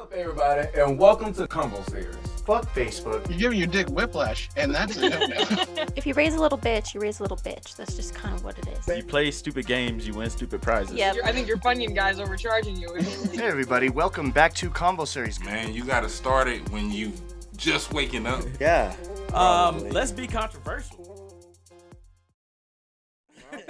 up, everybody, and welcome to Combo Series. Fuck Facebook. You're giving your dick whiplash, and that's a no no. If you raise a little bitch, you raise a little bitch. That's just kind of what it is. You play stupid games, you win stupid prizes. Yeah. You're- I think your bunion guy's overcharging you. Hey everybody, welcome back to Combo Series. Man, you gotta start it when you just waking up. Yeah. Um, let's be controversial. This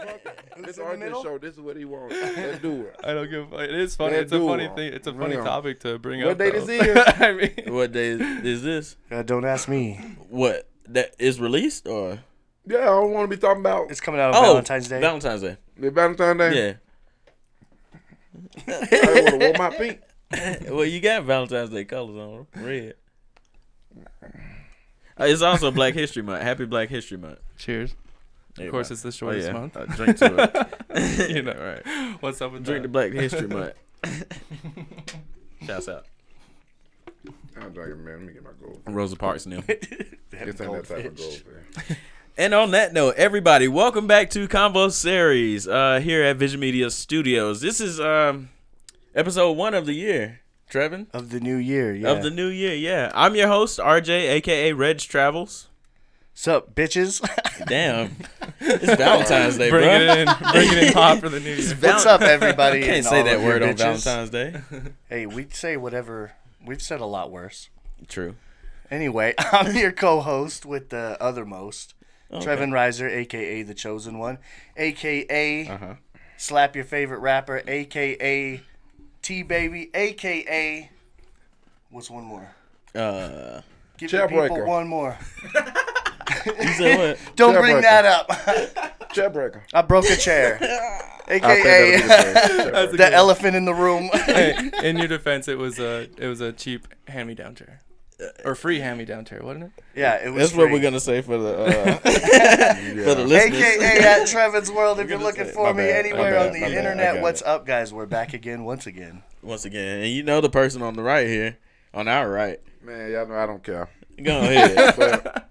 in the Arthur middle? show. This is what he wants. Let's do it. I don't give a fuck. It is funny. Yeah, it's a do funny one. thing. It's a Bring funny on. topic to bring What up. day though. this is? I mean, What day is this? Uh, don't ask me. What that is released or Yeah, I don't want to be talking about It's coming Oh, out on Valentine's Day. Valentine's Day. the Valentine's Day. Yeah. I want to wear my pink. well, you got Valentine's Day colors on red. Uh, it's also Black History Month. Happy Black History Month. cheers. Of course, it's the shortest month. Uh, drink to it. you know, right? What's up with Drink the that? Black History Month. Shouts out. I'm drinking, man. Let me get my gold. Rosa Parks new. This ain't that type of gold, man. And on that note, everybody, welcome back to Convo Series uh, here at Vision Media Studios. This is um, episode one of the year, Trevin, Of the new year, yeah. of the new year. Yeah, I'm your host, RJ, aka Reg Travels. Sup, bitches? Damn, it's Valentine's Day, Bring bro. it in. Bring it in hot for the new year. What's up, everybody? Can't and say all that of your word on bitches? Valentine's Day. Hey, we'd say whatever. We've said a lot worse. True. Anyway, I'm your co-host with the othermost, Trevin Riser, aka the Chosen One, aka Uh-huh. slap your favorite rapper, aka T Baby, aka what's one more? Uh, Give the people Jailbreaker. one more. you said what? Don't bring Jailbreaker. that up. Jailbreaker. I broke a chair, I think aka that'll be the best. That's a the good- elephant in the room. Hey, in your defense, it was a it was a cheap hand me down chair, or free hand me down chair, wasn't it? yeah, it was. That's what free. we're gonna say for the uh, for the listeners. AKA at Trevin's World, if you're gonna looking say- for my me bad, my anywhere bad, on the my bad, I got internet, it. what's up, guys? We're back again, once again. Once again, and you know the person on the right here, on our right. Man, y'all know I don't care. Go ahead. But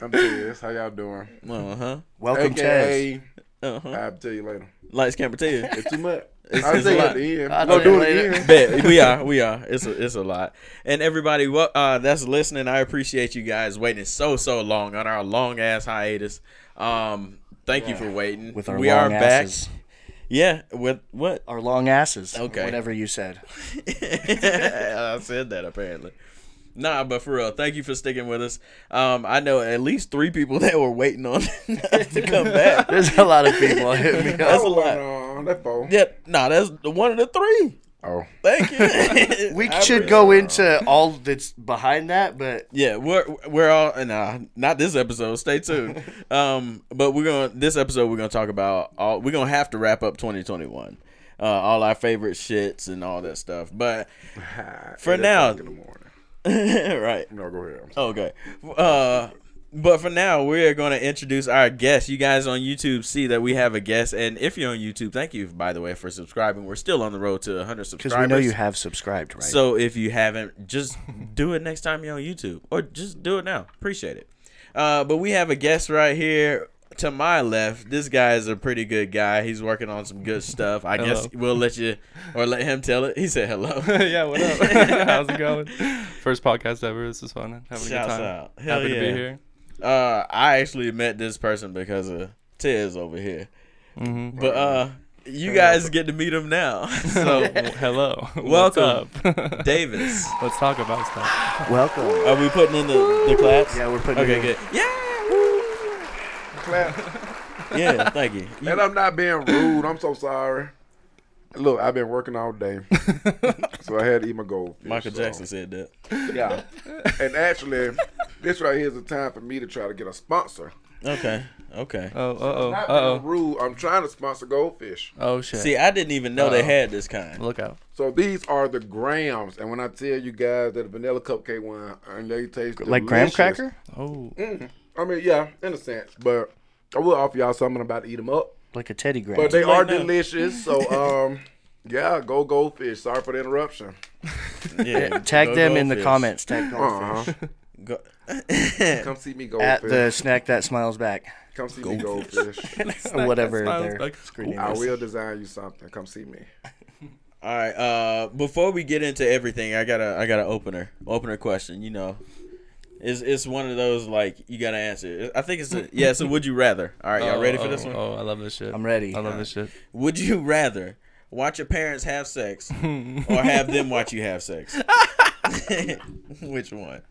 I'm serious. How y'all doing? uh huh. Welcome, Tez. AKA, Uh huh. I'll tell you later. Lights, camera, tail. It's too much. It's- I'll it's tell a you lot. at the end. I'll I'm tell gonna do you it later. again. Bet we are, we are. It's a, it's a lot. And everybody, well, uh, that's listening. I appreciate you guys waiting so so long on our long ass hiatus. Um, thank you for waiting. With our we long are asses. back. Yeah, with what? Our long asses. Okay. Whatever you said. I said that apparently. Nah, but for real, thank you for sticking with us. Um, I know at least three people that were waiting on us to come back. There's a lot of people hit me That's up. a lot. Uh, that phone. Yep. Nah, that's the- one of the three. Oh, Thank you. We should go into all that's behind that, but Yeah, we're we're all and uh, not this episode. Stay tuned. um, but we're gonna this episode we're gonna talk about all we're gonna have to wrap up 2021, uh, all our favorite shits and all that stuff. But for now, in the morning. right? No, go ahead. I'm sorry. Okay. Uh, but for now, we're gonna introduce our guest. You guys on YouTube see that we have a guest, and if you're on YouTube, thank you by the way for subscribing. We're still on the road to 100 because we subscribers. know you have subscribed, right? So if you haven't, just do it next time you're on YouTube, or just do it now. Appreciate it. Uh, but we have a guest right here to my left. This guy is a pretty good guy. He's working on some good stuff. I guess Hello. we'll let you or let him tell it. He said hello. yeah. What up? How's it going? First podcast ever. This was fun. Having Shouts a good time. out. Hell Happy to yeah. be here. Uh, I actually met this person because of Tiz over here. Mhm. But uh, you guys get to meet him now. So So Oh, hello. Welcome. What's up? Davis, Let's talk about stuff. Welcome. are we putting in the, the claps? Yeah, we're putting it Okay, in. good. Yeah. woo. Clap. Yeah. Thank you. And I'm not being rude. I'm so sorry. Look, I've been working all day, so I had to eat my goldfish. Michael so- Jackson said that. Yeah. And actually, this right here is the time for me to try to get a sponsor. Okay. Okay. Oh, uh oh, uh Not being oh, rude. I'm trying to sponsor goldfish. oh shit. See, I didn't even know they Oh. had this kind. Look out. So these are the grams, and when I tell you guys that the vanilla cupcake one, and they taste Like graham delicious. cracker? Oh, I mean, yeah, in a sense, but I will offer y'all something about to eat them up. Like a teddy graham. But they are now. delicious. So, um, yeah, go goldfish. Sorry for the interruption. Yeah. Tag Go them in the Goldfish. comments. Tag goldfish. Uh huh. Go- Come see me At goldfish. the snack that smiles back. Come see me goldfish. Or whatever smiles their back. screen name I is. will design you something. Come see me. All right. Uh, before we get into everything, I got to I got to opener opener question. You know, it's it's one of those like you got to answer. I think it's a yeah. So would you rather? All right, y'all Oh, ready for oh, this one? Oh, I love this shit. I'm ready. I love this shit. Would you rather watch your parents have sex or have them watch you have sex? Which one?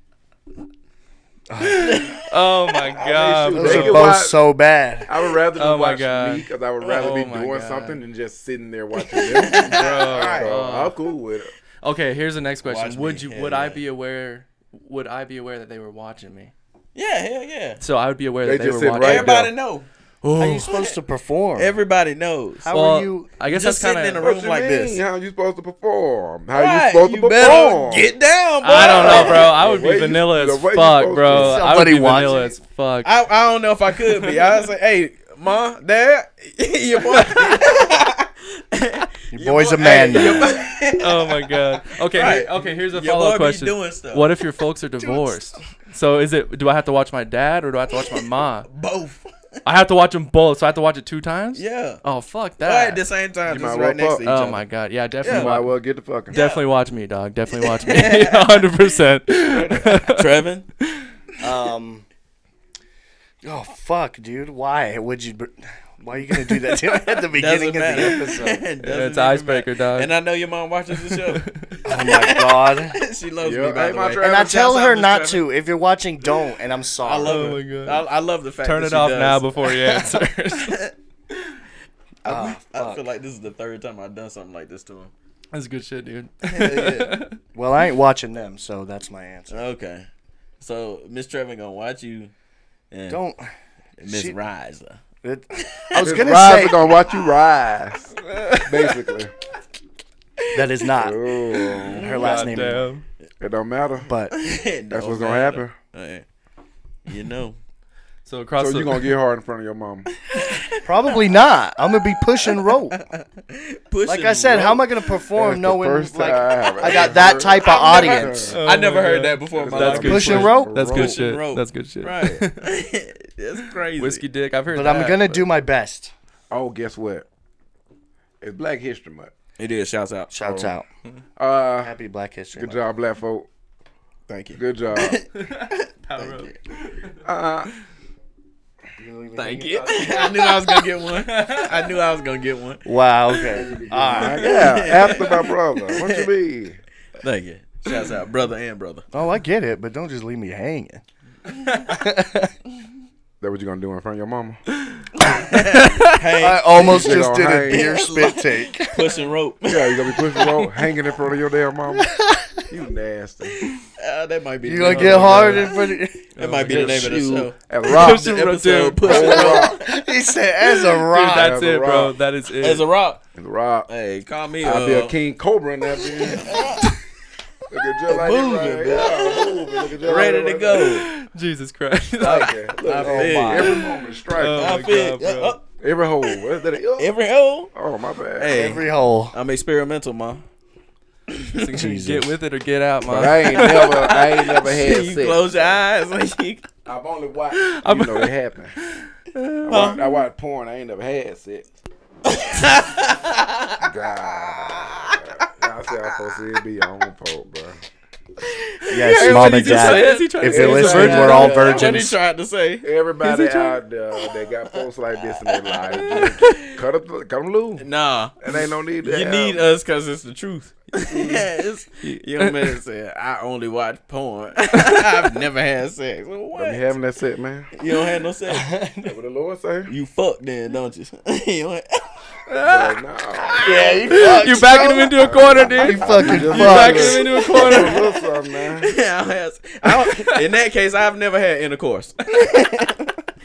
Oh my god. shoot, Those Make are it bro. both wild. so bad. I would rather just Oh my watch God. me because I would rather Oh be my doing God. something than just sitting there watching them. So, Uh. I'm cool with it. Okay, here's the next question. Watch would me. you Hell would I yeah. be aware would I be aware that they were watching me? Yeah, hell yeah. So I would be aware They that they just were sit watching. right me. Everybody know. How you supposed to perform? Everybody knows. How Well, are you? I guess Just that's sitting kind in a of. room What you like mean? this. How you supposed to perform? How Right, you supposed to better perform? Get down, boy. I don't know, bro. I would way be you- vanilla the as way you fuck, supposed bro. to- I would be Somebody watching vanilla you. as fuck. I, I don't know if I could be. I was like, hey, ma, dad, your boy. Your boy's a man hey, now. oh my god. Okay, Right. here- okay. Here's a Your follow boy up be question. doing stuff. What if your folks are divorced? So is it? Do I have to watch my dad or do I have to watch my mom? Both. I have to watch them both. So I have to watch it two times. Yeah. Oh fuck All right, at that. the same time, You just might right well next fuck. to each other. oh my god. Yeah, definitely. Yeah. Might Watch, well get the fucking. Definitely watch me, dog. Definitely watch me. Hundred percent. Trevin, Um. Oh fuck, dude! Why would you? br- Why are you gonna do that to me at the beginning of doesn't the matter. episode? Doesn't Yeah, it's even icebreaker, matter. dog. And I know your mom watches the show. Oh my god! she loves Yeah, me, by hey, the my way. Trevin. And I Shouts tell out her to not Trevor. to. If you're watching, don't. And I'm sorry. I love my it. God. I, I love the fact Turn that it she off does. now before you answer. Ah, I fuck. feel like this is the third time I've done something like this to him. That's good shit, dude. Well, I ain't watching them, so that's my answer. Okay. So Miss Trevin gonna watch you and Don't. Miss she- Riser. It, I was Miss gonna Rise say are gonna watch you rise, basically. that is not Oh, her last name, Goddamn. it don't matter. but That's what's gonna happen. You know. So across So the you gonna get hard in front of your mom. probably not. I'm gonna be pushing rope. Pushing Like I said, rope. how am I gonna perform That's the knowing first like time I got that type of I've never- audience? Oh I my never heard God. that before. in Oh my That's life. good Pushing shit. rope? That's Rope. good shit. Rope. That's good shit. Right. That's crazy. Whiskey dick. I've heard But that. I'm gonna do my best. Oh, guess what? It's Black History Month. It is. Shouts out. Oh, Shouts out. Uh, Happy Black History. good Month. job, black folk. Thank you. Good job. Uh, Thank you. I knew I was gonna get one. I knew I was gonna get one. Wow. Okay. All right. yeah, after my brother. What you mean? Thank you. Shouts out, brother and brother. Oh, I get it, but don't just leave me hanging. That what you gonna do in front of your mama? Hey, I almost You just gonna did a hang. beer spit take. pushing rope. Yeah, you gonna be pushing rope, hanging in front of your damn mama. You nasty. Ah, that might be. You the gonna name get of the- hard in front of That might be the name of the show. As rock, Pushing The rope, episode dude. pushing rope. He said, as a Dude, rock. that's As a it, bro. rock. That is it. As a rock. as rock. Hey, call me. I'll be uh, a king cobra in that bitch. Look at you like that Moving, right yeah, moving. Look at you like Ready that to right go. Jesus Christ. there. Like it. Look, I oh feel my, you. every moment strike. Oh I my feel. God, bro. uh, every hole. What is that? Oh, every hole. oh my bad. Hey, Every hole. I'm experimental, ma. Get with it or get out, But man. I ain't never, I ain't never had you sex. close your eyes. Like you, I've only watched. You know it happened. Uh-huh. I watched, I watched porn. I ain't never had sex. God. I said I'm supposed to be on pole, bro. Yes, mom and dad. he trying If to you say? listen, Yeah. we're all Yeah. what he virgins. tried to say. Everybody out there that got folks like this in their life, just cut up, cut them loose. Nah, And ain't no need. To you have- need us because it's the truth. yeah, it's, young man said, "I only watch porn. I've never had sex. Well, Don't what? be having that set, man. You don't have no sex. That's what the Lord say. You fuck then, don't you? you don't But no. Yeah, you fuck. You're backing him into a corner, dude. fucking You Backing fuck. fucking- him into a A corner. little something, man. have sex. I don't- in that case, I've never had intercourse.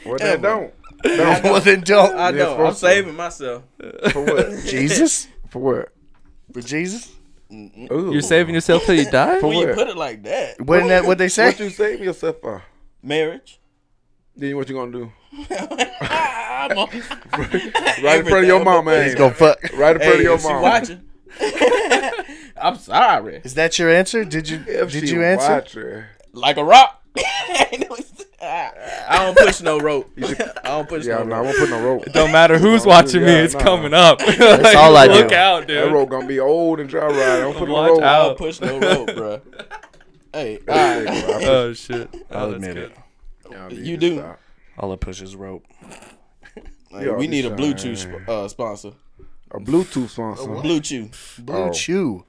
Well, they don't. Don't Well, then don't. I You're don't. I'm supposed to. saving myself. for what? Jesus? For what? For Jesus? Ooh. You're saving yourself till you die? For When you what? put it like that, Wouldn't that what they say? What you saving yourself for? marriage. Then what you gonna do? I'm on- Right in front of your Everything. mama, He's ain't gonna it? fuck. Right in front Hey, of your if she mama. watching, I'm sorry. Is that your answer? Did you If did she you answer? watching. Like a rock. I don't push no rope. I don't push Yeah, no no, I rope. won't put no rope. Don't matter who's watching me, Yeah, it's nah. coming up. That's all I do. Look out, That dude. rope gonna be old and dry rotted. Don't put no Watch rope. I out. don't push no rope, bro. Hey, all That's right. big, bro. Oh shit. I'll Oh, that's admit good. it. Yeah, I mean, You just do. stop. All it pushes rope. Hey, Yo, we need a Deshaun. blue chew sp- uh, sponsor. A Bluetooth sponsor. Blue chew. Blue Oh. chew.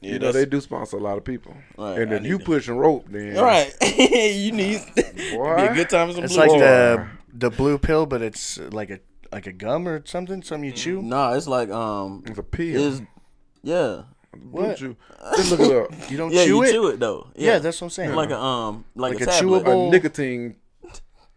Yeah, You know they that's- do sponsor a lot of people. Right, and I if need you to- pushing rope, then all right. you need it'd be a boy, good time for some It's blue like chew. the the blue pill, but it's uh, like a like a gum or something. Something you chew. Nah, it's like um, it's a pill. is yeah, Blue chew. Just look it up. You don't yeah, chew, you it? chew it though. Yeah. Yeah, that's what I'm saying. like a um, like, Like a, a tablet. chewable- A nicotine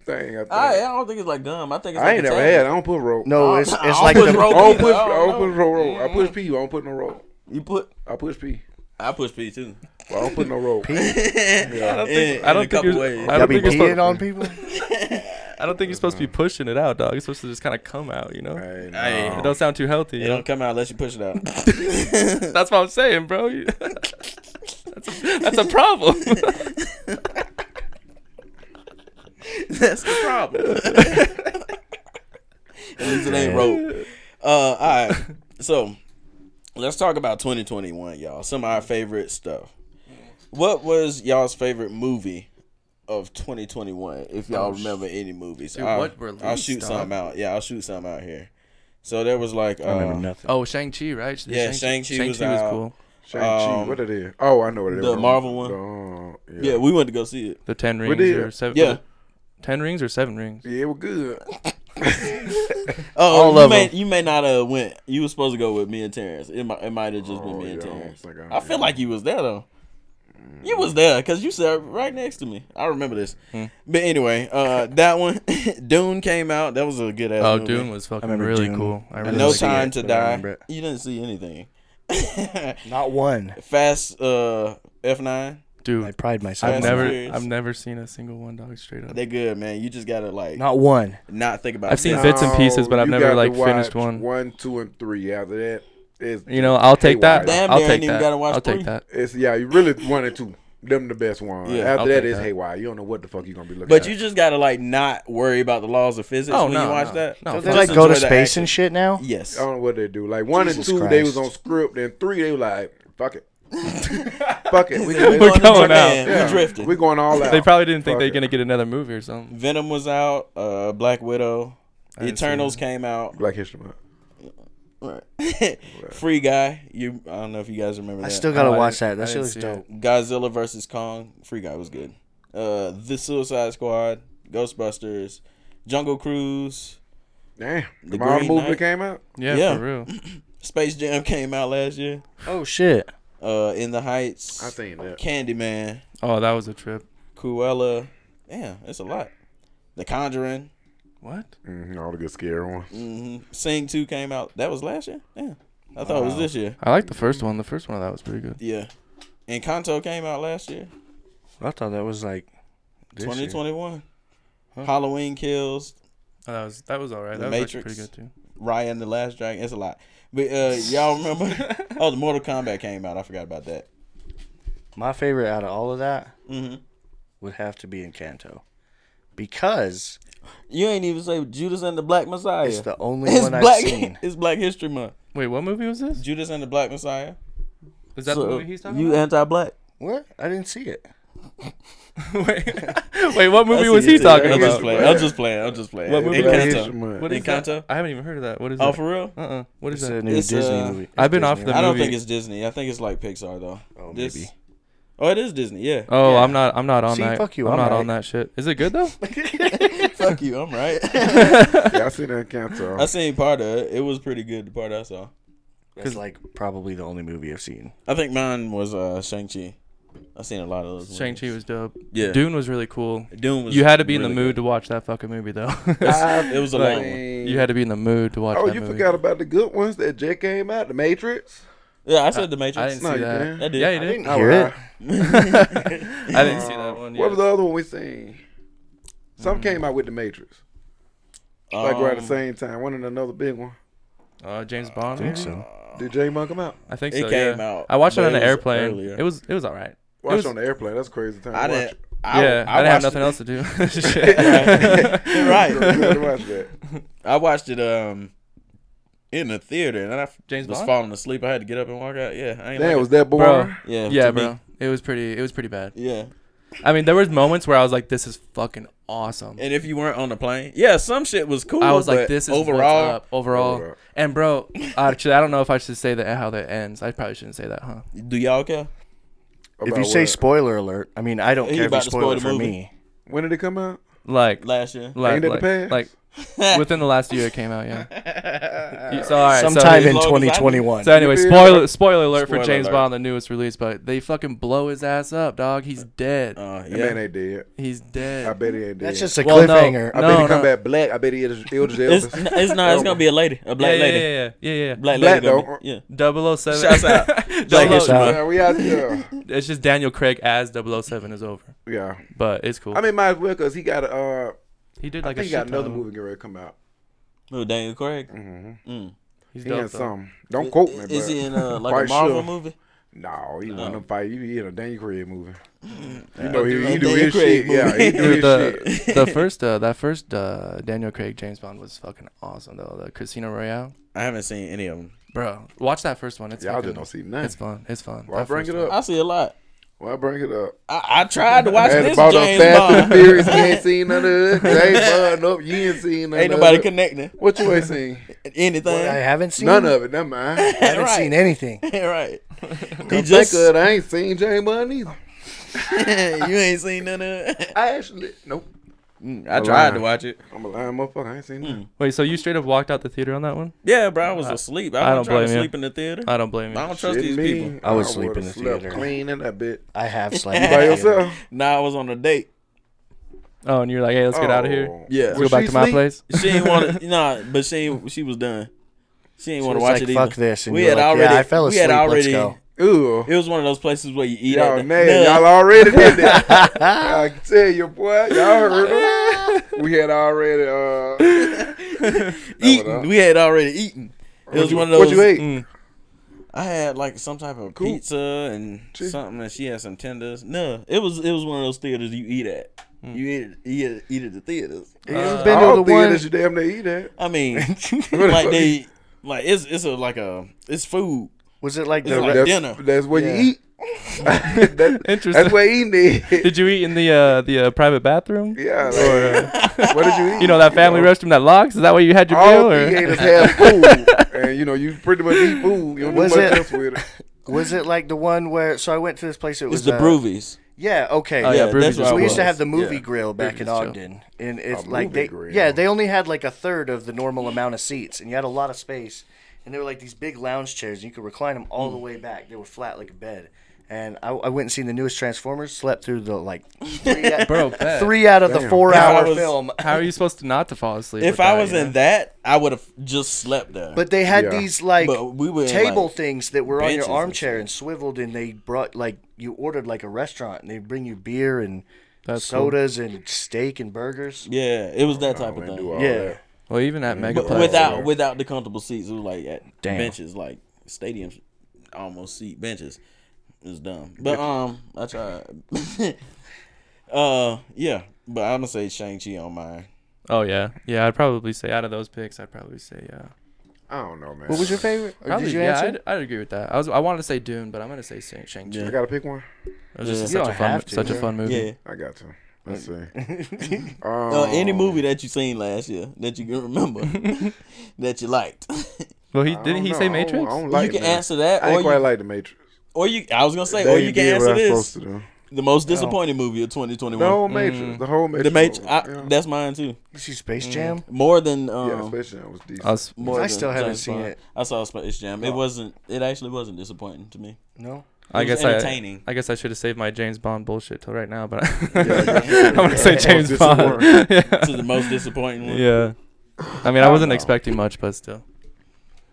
thing. I, think. I, I I, don't think it's like gum. I think it's like ain't a never tablet. had. it. I don't put rope. no, I it's don't- I it's don't like push the rope I don't either. Mm-hmm. push. I I don't don't push no rope. I push pee. I don't put no rope. You put I push pee. I push pee too. But I don't put no rope. I don't think- in, I don't in a think couple you're- ways. I y'all don't be think you're peeing supposed- on people. I don't think you're supposed to be Mm-hmm. pushing it out, dog. You're supposed to just kind of come out, you know. Hey, no. Hey, It don't sound too healthy. it you know? don't come out unless you push it out. That's what I'm saying, bro. You- that's, a, that's a problem. That's the problem. At least it ain't rope. Uh, all right. So let's talk about 2021, y'all. Some of our favorite stuff. What was y'all's favorite movie of 2021? If Oh, y'all remember any movies, Dude, I'll, what released, I'll shoot dog? some out. Yeah, I'll shoot some out here. So there was like I remember uh, nothing. oh, Shang Chi, right? The Yeah, Shang-Chi was out. Shang-Chi. Um, what it is? Oh, I know what it is. the Marvel one? Um, yeah. yeah, we went to go see it. The Ten We Rings did. or seven? Yeah. Ten Rings or Seven Rings? Yeah, we're good. Oh, All you of may 'em. you may not have went. You were supposed to go with me and Terrence. It might it might have just been Oh, me and yeah, I don't Terrence. think I- Mm. I, feel like you was there though. You was there because you sat right next to me. I remember this. Hmm. But anyway, uh, that one, Dune came out. That was a good ass. Oh, movie. Dune was fucking remember really Dune. cool. I And really No liked it. time to but I die. remember it. You didn't see anything. Not one. Fast uh, F nine. I dude. pride myself. I've Fast on never, and that. Furious. I've never seen a single one dog straight up. They good man. You just gotta like not, Not one. think about. I've seen that. bits and pieces, but I've you never, got to like, finished watch one. One, two, and three. After that, it's You know, I'll take that. Damn I'll near ain't take even that. gotta watch I'll three. take that. it's yeah. You really one and two. Them the best one. Yeah, after I'll that, take it's that. haywire. You don't know what the fuck you gonna be looking. But at. you just gotta like not worry about the laws of physics Oh when no, you watch no, that. no. Don't fuck they just like enjoy go to the space action. and shit now? Yes. I don't know what they do. Like one Jesus and two, they Christ. was on script, and three, they were like, "Fuck it, fuck it, we We're going to out. Japan. yeah, We drifted. we going all out." They probably didn't think Fuck they're it. gonna get another movie or something. Venom was out. Uh, Black Widow. didn't see Eternals that. came out. Black History Month. Free Guy. You. I don't know if you guys remember that. I still gotta Oh, I watch that. didn't- That I shit didn't looks see dope. Godzilla versus Kong. Free Guy was good. Uh, The Suicide Squad. Ghostbusters. Jungle Cruise. Damn, the The Marvel Green movie Knight. came out. Yeah, Yeah. for real. Space Jam came out last year. Oh shit. Uh, In the Heights. I seen that. Candyman. Oh, that was a trip. Cruella. Damn, it's a lot. The Conjuring. What? Mhm, all the good scary ones. hmm Sing Two came out. That was last year. Yeah. I thought it was this year. I like the first one. The first one of that was pretty good. Yeah. And Encanto came out last year. I thought that was like this year. 2021. Halloween Kills, Oh, that was that was all right. The that was actually Matrix. pretty good too. Ryan the Last Dragon. It's a lot. But uh, y'all remember? oh, the Mortal Kombat came out. I forgot about that. My favorite out of all of that hmm would have to be Encanto. Because You ain't even say Judas and the Black Messiah. it's the only It's one Black. I've seen. It's Black History Month. Wait, what movie was this? Judas and the Black Messiah. Is that So, the movie he's talking you anti-black? What? I didn't see it. about? Wait, wait, what movie That's was it. he talking I'm just about? playing. I'm just playing. I'm just playing. What movie? Black History Encanto. Month. What is Encanto? that? I haven't even heard of that. What is Oh, that? for real? Uh uh What is It's a that? new It's, Disney uh, movie. I've been off Disney, the I don't movie. think it's Disney. I think it's like Pixar though. Oh, maybe. Oh, it is Disney. Yeah. Oh, Yeah. I'm not. I'm not on See, that. fuck you, I'm, I'm not right. on that shit. Is it good though? Fuck you. I'm right. Yeah, I seen that Encanto. I seen part of it. It was pretty good. The part I saw. It's like probably the only movie I've seen. I think mine was uh, Shang Chi. I seen a lot of those. Shang Chi was dope. Yeah. Dune was really cool. Doom was You had to be in really the mood good. to watch that fucking movie though. Ah, It was a Like, long one. you had to be in the mood to watch. Oh, that you movie. forgot about the good ones that just came out, The Matrix. Yeah, I said the Matrix. I didn't No, see you that. didn't. I did. Yeah, you I did. didn't hear know it. I didn't see that one. Um, Hmm. What Yet. was the other one we seen? Some came out with The Matrix, like right at the Um, same time. One and another big one. Uh, James Bond. I think maybe? so. uh, Did J Monk come out? I think It so. came yeah. out, I watched it but on it an was airplane. earlier. It was it was all right. Watch was- on the airplane. That's crazy time. I to watch didn't. it. I, yeah, I, watched didn't have nothing it- else to do. Shit. You're right. You had to watch that. I watched it um in the theater, and I James was Bond? falling asleep. I had to get up and walk out. Yeah, I ain't Damn, like was that Bro. boring? it. yeah, Yeah, to me, bro. It was pretty. It was pretty bad. Yeah, I mean, there was moments where I was like, "This is fucking awesome." and if you weren't on the plane, yeah, some shit was cool. I was like, but "This is overall, overall, overall." Overall. And bro, actually, I don't know if I should say that how that ends. I probably shouldn't say that, huh? do y'all care? If About you say what? spoiler alert, I mean, I don't He care if you about to spoil spoil it the for movie. me. when did it come out? Like, like, Last year, like, Ain't it the like, past? within the last year it came out. Yeah. You- so all right. Sometime so, in long as I- 2021. So anyway, spoiler spoiler alert for Spoiler James alert. Bond, the newest release, but they fucking blow his ass up, dog. He's dead. uh, That man yeah, ain't dead. He's I dead. bet he ain't dead. That's just a Well, no. cliffhanger. I No, bet he no. come back black. I bet he is Elders it's, Elvis. n- it's not. It's gonna be a lady, a black yeah, lady, yeah, yeah, yeah, yeah. black Black lady. gonna though. be- yeah, Double 007. Shouts out. Double us O- out. Yeah, we out there. It's just Daniel Craig as 007 is over, Yeah. but it's cool. I mean, might as well because he got a. Uh, he did I like think he a got shit ton another of- movie getting ready to come out. Oh, Daniel Craig. He's He dope, had though. some. Don't Mm-hmm. quote me. Is but he in uh, like Quite a Marvel sure. movie? No, he won them fight. He be in a Daniel Craig movie. You know he, he do Mm-hmm. Daniel his shit. Craig Yeah, he do movie. his shit. the, the first uh, that first uh, Daniel Craig James Bond was fucking awesome though. The Casino Royale, I haven't seen any of them. bro, watch that first one. It's Y'all fucking, just don't see It's nothing. fun. It's fun. Why That bring first it one. I up? see a lot. Why bring it up? I, I tried to watch Man, this bought up James Fast and Bond. Furious. You ain't seen none of it. James Bond, nope. You ain't seen none Ain't of nobody it. connecting What you ain't seen? I anything. haven't seen None of it. Never mind. I haven't Right. seen anything. right. He Just just think of it. I ain't seen James Bond either. you ain't seen none of. it. I actually nope. I tried to watch it. I'm a lying motherfucker. I ain't seen nothing. Wait, so you straight up walked out the theater on that one? Yeah, bro, I was asleep. I, I don't trying don't to blame you. sleep in the theater. I I don't blame you. don't trust Shitting these me, people. I was sleep in would've the slept theater. Clean in that bit. I have slept. By in the theater. yourself. Nah, I was on a date. Oh, and you're like, hey, let's get out of here. Oh. Yeah. Let's Was go back she to my asleep? place. She ain't want to. Nah, but she ain't, she was done. She ain't want to was watch like, it either. "Fuck this," and you were like, "Yeah, I fell We had asleep, let's already. go. Ew. It was one of those places where you eat. Y'all at the- mad. Nah. Y'all already did that. I can tell you, boy. Y'all heard it. We had already. Uh, eaten. We had already eaten. It was you- one of those. what you ate? mm. I had like some type of pizza and something, and she had some tenders. No, it was it was one of those theaters you eat at. Mm. You eat it, eat it, eat at the theaters. You Uh, ever been to all the the one? theaters you damn near eat at. I mean, the like fuck? they like it's it's a like a it's food. Was it like It's the like re- That's, dinner. that's where Yeah. you eat. that, Interesting. That's where eating is. Did you eat in the uh, the uh, private bathroom? Yeah. Like, what did you eat? You know that family restroom that locks? Is that where you had your All meal? Or? theaters have food, and you know you pretty much eat food. You don't Was do much it- else with it. Was it like the one where? So I went to this place. It was It's the uh, Broovies. Yeah. Okay. Oh, yeah, Yeah, Broovies that's is what I So we used to was. have the movie Yeah. grill back in Broovies, too. Ogden, and it's A like movie they grill. yeah they only had like a third of the normal amount of seats, and you had a lot of space, and they were like these big lounge chairs, and you could recline them all Hmm. the way back. They were flat like a bed, and I, I went and seen the newest Transformers, slept through the like three, Bro, bet. three out of the four I hour was- film. How are you supposed to not to fall asleep? If with I that, was you know? in that, I would have just slept there. But they had Yeah. these like But we were in, table like, things that were on benches your and armchair and swiveled, and they brought like you ordered like a restaurant, and they bring you beer and That's cool. sodas and steak and burgers. yeah, it was that I type of wouldn't thing. Oh, do all Yeah. that. well, even at But Megaplex, without yeah. without the comfortable seats, it was like at Damn. benches, like stadiums, almost seat benches. It was dumb, but um, I tried. uh, yeah, but I'm gonna say Shang Chi on mine. oh yeah, yeah, I'd probably say out of those picks, I'd probably say yeah. I don't know, man. What was your favorite? Or Probably, did you yeah, answer? I'd, I'd agree with that. I was, I wanted to say Dune, but I'm gonna say Shang Shang Chi. Yeah. I gotta pick one. It was just You such a don't fun, have to, such a yeah. fun movie. Yeah, I got to. Let's see. uh, any Um, movie that you seen last year that you can remember that you liked, Well, he Um, I didn't don't he know. say I don't- Matrix? I don't you like can that. answer that, I or ain't you, quite like the Matrix. or you. I was gonna say, They or you ain't can did answer what I supposed this: to do. the most disappointing movie of 2021. The Mm. whole Matrix. The whole Matrix. the Matrix. movie, I, yeah. That's mine too. You see Space Jam? More than um, Yeah, Space Jam was decent. I was- More I than still haven't James seen Bond. it. I saw Space Jam. It wasn't. It actually wasn't disappointing to me. No. I was guess I, entertaining. I guess I should have saved my James Bond bullshit till right now, but yeah. I'm gonna say Yeah. James Just Bond. one. yeah. This is the most disappointing one. yeah, I mean, I, wasn't expecting much, but still,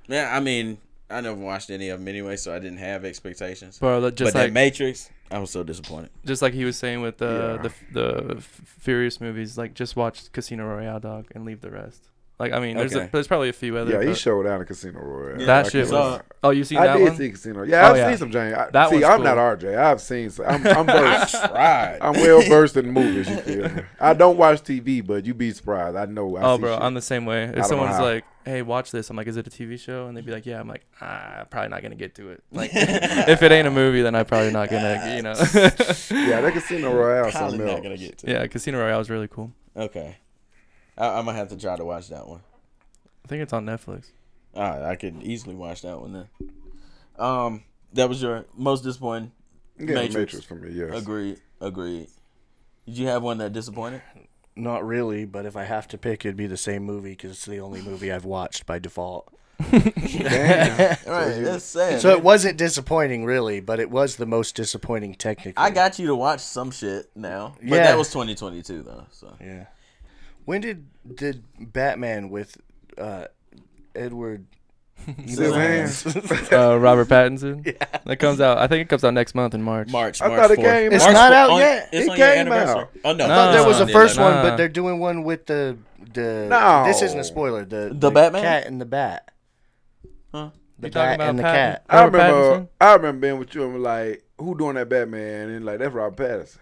Yeah, I mean, I never watched any of them anyway, so I didn't have expectations. bro, that- but just that like Matrix, I was so disappointed. just like he was saying with the Yeah. the the F- Furious movies, like just watch Casino Royale, dog, and leave the rest. Like I mean, there's Okay. a, there's probably a few other. Yeah, he but showed out in Casino Royale. That I shit can- was. Oh, you seen I that did one? see Casino. Yeah, Oh, I've yeah. seen some Jane. I, That see, one's I'm cool. not RJ. I've seen. Some, I'm, I'm versed. Right. I'm well versed in movies. You feel me? I don't watch TV, but you'd be surprised. I know. I Oh, see bro, shit. I'm the same way. don't If know someone's how. like, "Hey, watch this," I'm like, "Is it a TV show?" And they'd be like, "Yeah." I'm like, "Ah, probably not gonna get to it. Like, if it ain't a movie, then I'm probably not gonna, you know." yeah, that Casino Royale. is Probably Something not else. gonna get to. it. yeah, Casino Royale is really cool. Okay. I, I'm gonna have to try to watch that one. I think it's on Netflix. All right, I could easily watch that one then. Um, that was your most disappointing. Yeah, Matrix. Matrix. for me. Yes. Agreed. Agreed. Did you have one that disappointed? Not really, but if I have to pick, it'd be the same movie because it's the only movie I've watched by default. Damn. All right, that's sad. So it wasn't disappointing, really, but it was the most disappointing technically. I got you to watch some shit now. But Yeah. that was 2022 though. So Yeah. When did did Batman with uh, Edward? Scissorhands. Uh, Robert Pattinson. yeah. That comes out. I think it comes out next month in March. March. I March thought it 4th. came It's March not 4th out on- yet. It's It on your came anniversary. out. Oh no, I thought there was Uh, a Disney first did one, that. nah. but they're doing one with the the. No. This isn't a spoiler. The the, Batman? cat and the bat. Huh? The You talking bat about and the Patton? cat. I Robert remember. Pattinson? I remember being with you and we like, "Who doing that Batman?" And like, that's Rob Patterson.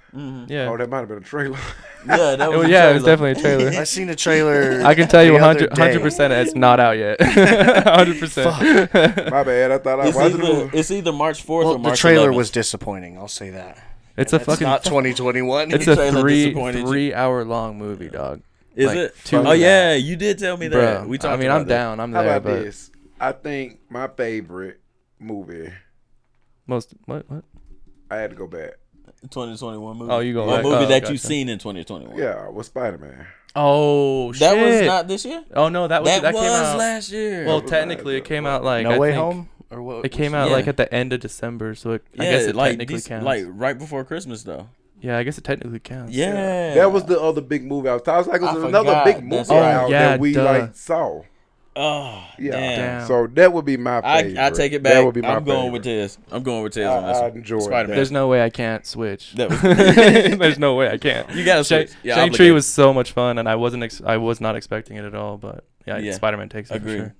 Yeah. Oh, that might have been a trailer. Yeah, that was Well, a yeah, it was trailer. definitely a trailer. I seen a trailer. I can tell you the other 100 percent it's not out yet. 100%. My bad. I thought I It's watched it. either, it's either March 4th Well, or the March trailer 11th. was disappointing. I'll say that. It's a That's fucking not 2021. It's a trailer three disappointed you. three hour long movie, dog. Is like, it? two- Oh yeah, you did tell me that. Bro, we we talked I mean, about I'm that. down. I'm How there, about but this? I think my favorite movie. most what what? I had to go back. 2021 movie. Oh, you go Or back. movie Oh, that gotcha. you've seen in 2021. Yeah, was Spider Man. Oh That was shit. not this year. Oh no, that was That, that, was came out. last year. well, technically, it came out like No I Way think Home or what? It came out like Yeah. at the end of December, so it, yeah, I guess it like technically dec- counts. like right before Christmas though. yeah, I guess it technically counts. Yeah, That was the other big movie I was. I was like, it I was another forgot. big movie That's right. out Oh, yeah, that we duh. like saw. Oh, Yeah. damn. Damn. So that would be my favorite. I, I take it back. That would be my I'm going with favorite. this. I'm going with this I- on this I one. enjoyed Spider-Man. There's no way I can't switch. That was- There's no way I can't. You gotta Shang switch. Yeah, Shang Chi obligated. was so much fun, and I wasn't ex- I was not expecting it at all. But yeah, Yeah. Spider Man takes it. for Agreed. sure.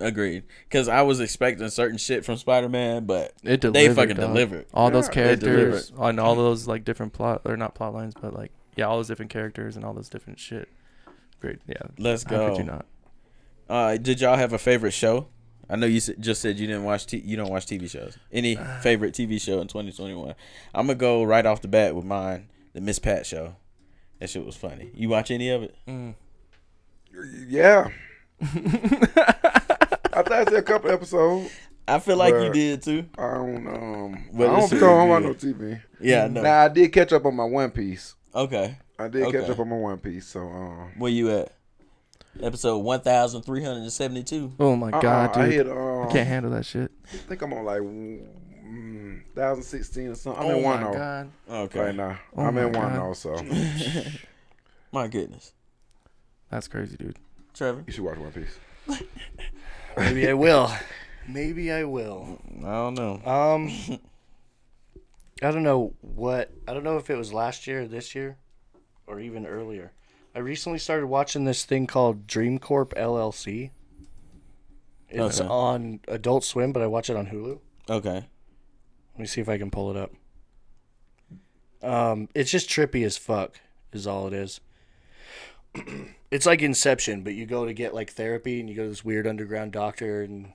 Agreed. Because I was expecting certain shit from Spider-Man, but It delivered. they fucking dog. delivered. All those they delivered. characters and all those like different plot or not plot lines, but like yeah, all those different characters and all those different shit. Great. Yeah. Let's How could go. you not? Uh, did y'all have a favorite show? I know you s- just said you didn't watch. T- you don't watch TV shows. Any favorite TV show in 2021? I'm gonna go right off the bat with mine. The Miss Pat show. That shit was funny. You watch any of it? Mm. Yeah. I thought I said a couple episodes. I feel like you Bruh. did too. I don't um. Well, I don't it's think I don't watch no good. TV. Yeah. No. Now I did catch up on my One Piece. Okay. I did catch Okay. up on my One Piece. So um. Where you at? Episode 1372. Oh my god, uh-uh, I dude. hit um. Can't handle that shit. I think I'm on like mm, 2016 or something. I'm oh in one my now. god. Okay. Right now, Oh I'm my in one God. now. So My goodness. That's crazy, dude. Trevor? you should watch One Piece. Maybe I will. Maybe I will. I don't know. Um, I don't know what. I don't know if it was last year, or this year, or even earlier. I recently started watching this thing called Dream Corp LLC. It's Okay. on Adult Swim, but I watch it on Hulu. Okay. Let me see if I can pull it up. Um, it's just trippy as fuck, is all it is. it's like Inception, but you go to get like therapy, and you go to this weird underground doctor, and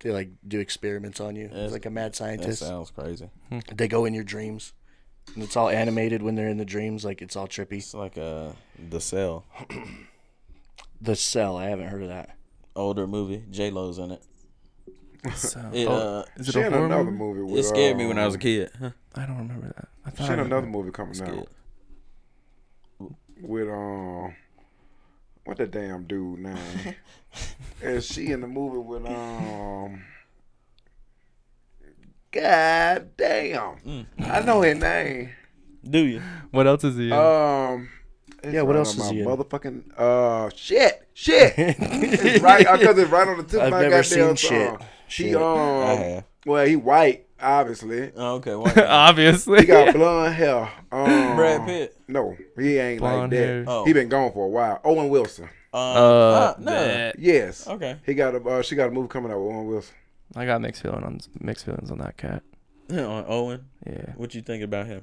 they like do experiments on you. That's- It's like a mad That scientist sounds crazy. they go in your dreams and it's all animated when they're in the dreams like it's all trippy It's like uh the cell. the cell i haven't heard of that Older movie. J Lo's in it. So, It oh, uh is it She a had horror another movie? movie. With, it scared me when I was a um, kid. Huh? I don't remember that. I thought She I had remember- another movie coming Scared. out with um, what the damn dude now? and she in the movie with um. God damn! I know his name. Do you? What else is he? Mm. in? Um. it's Yeah, what right on else is my he in? Motherfucking uh, shit, shit. it's right because it's right on the tip I've of my never goddamn seen tongue. shit. She Shit. I um, have. well, he white obviously. Oh, okay. Why? He Obviously. got blonde hair. Um, Brad Pitt. No, he ain't Blonde like that. hair. Oh. He been gone for a while. Owen Wilson. Uh, Uh, uh, no. bleh. Yes. Okay. He got a uh, she got a movie coming out with Owen Wilson. I got mixed feelings on mixed feelings on that cat. Uh, Owen, Yeah, what you think about him?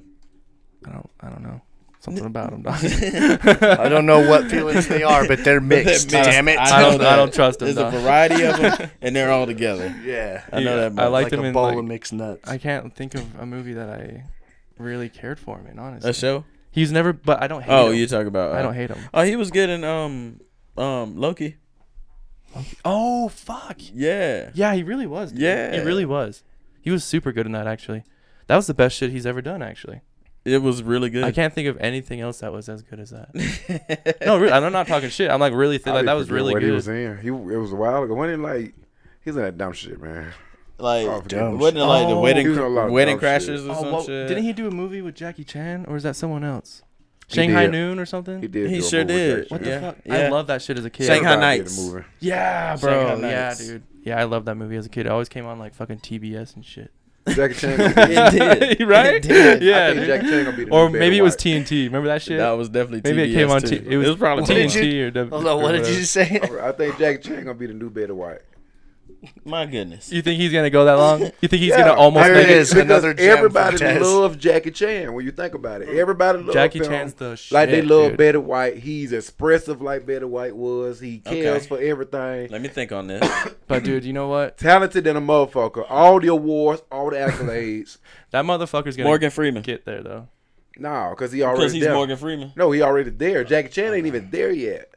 I don't, I don't know something about him. dog. I don't know what feelings they are, but they're mixed. mixed. Damn it! I I don't, that. I don't trust him. There's a dog. variety of them, and they're all together. yeah, I know Yeah, that. I much. like like him a in, bowl like- of mixed nuts. I can't think of a movie that I really cared for him in. Honestly, a show. he's never. But I don't hate. Oh, him. you talk about. I uh, don't hate him. Oh, he was good in um um Loki. Oh fuck. Yeah. Yeah, he really was. dude. he Yeah. really was. He was super good in that. Actually, that was the best shit he's ever done. Actually, It was really good. I can't think of anything else that was as good as that. no, really, I'm not talking shit. I'm like really thi- I like be that was forgetting really what good. He was in. He it was a while ago. When he like he's in that dumb shit, man. Like, Oh, damn. wasn't it like the Oh. wedding He was in a lot of wedding dumb crashes shit. or Oh, some well, shit? didn't he do a movie with Jackie Chan or is that someone else? He Shanghai did. Noon or something? He did. He do a sure movie did. with Jackie What Chan. the Yeah, fuck? yeah. I love that shit as a kid. Shanghai Everybody did a Nights. movie. Yeah, Shanghai bro. Nights. Yeah, dude. Yeah, I loved that movie as a kid. It always came on like fucking TBS and shit. Jackie Chan. gonna be- It did. right? It did. I Yeah. think dude. Jackie Chan gonna be the or new Beto maybe it was White. TNT. Remember that shit? That was definitely maybe TBS it came on. too. T- it, was, probably What did TNT. you- TNT or W. Hold on, what or did you whatever. just say? I think Jackie Chan gonna be the new Betty White. My goodness. You think he's gonna go that long? You think he's Yeah, gonna almost there make it is. Because Another gem everybody from Tez. loves Jackie Chan when you think about it. Everybody loves Jackie him. Chan's the like they shit, love dude. Betty White. He's expressive like Betty White was. He cares Okay. for everything. Let me think on this. But dude, you know what? Talented than a motherfucker. All the awards, all the accolades. That motherfucker's gonna Morgan Freeman. get there though. no, because he already Because he's there. Morgan Freeman. No, he already there. Jackie Chan ain't even there yet.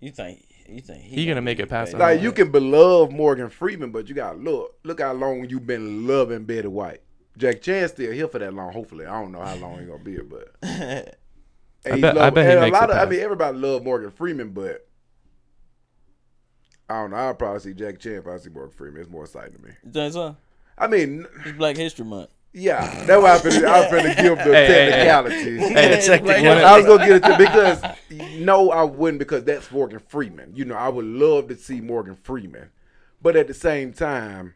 You think? You think He gonna make it past that? that. Like you can beloved Morgan Freeman, but you gotta look. Look how long you've been loving Betty White. Jackie Chan's still here for that long. Hopefully, I don't know how long he gonna be, but And I he bet- I love- bet he and a makes it lot of. I past. mean, everybody love Morgan Freeman, but I don't know. I'll probably see Jackie Chan if I see Morgan Freeman. It's more exciting to me. That's all. I mean, It's Black History Month. yeah, that's why I've been. I've been to give the Hey, hey, hey. technicalities. It's like the- I was gonna get it to because no, I wouldn't because that's Morgan Freeman. You know, I would love to see Morgan Freeman, but at the same time,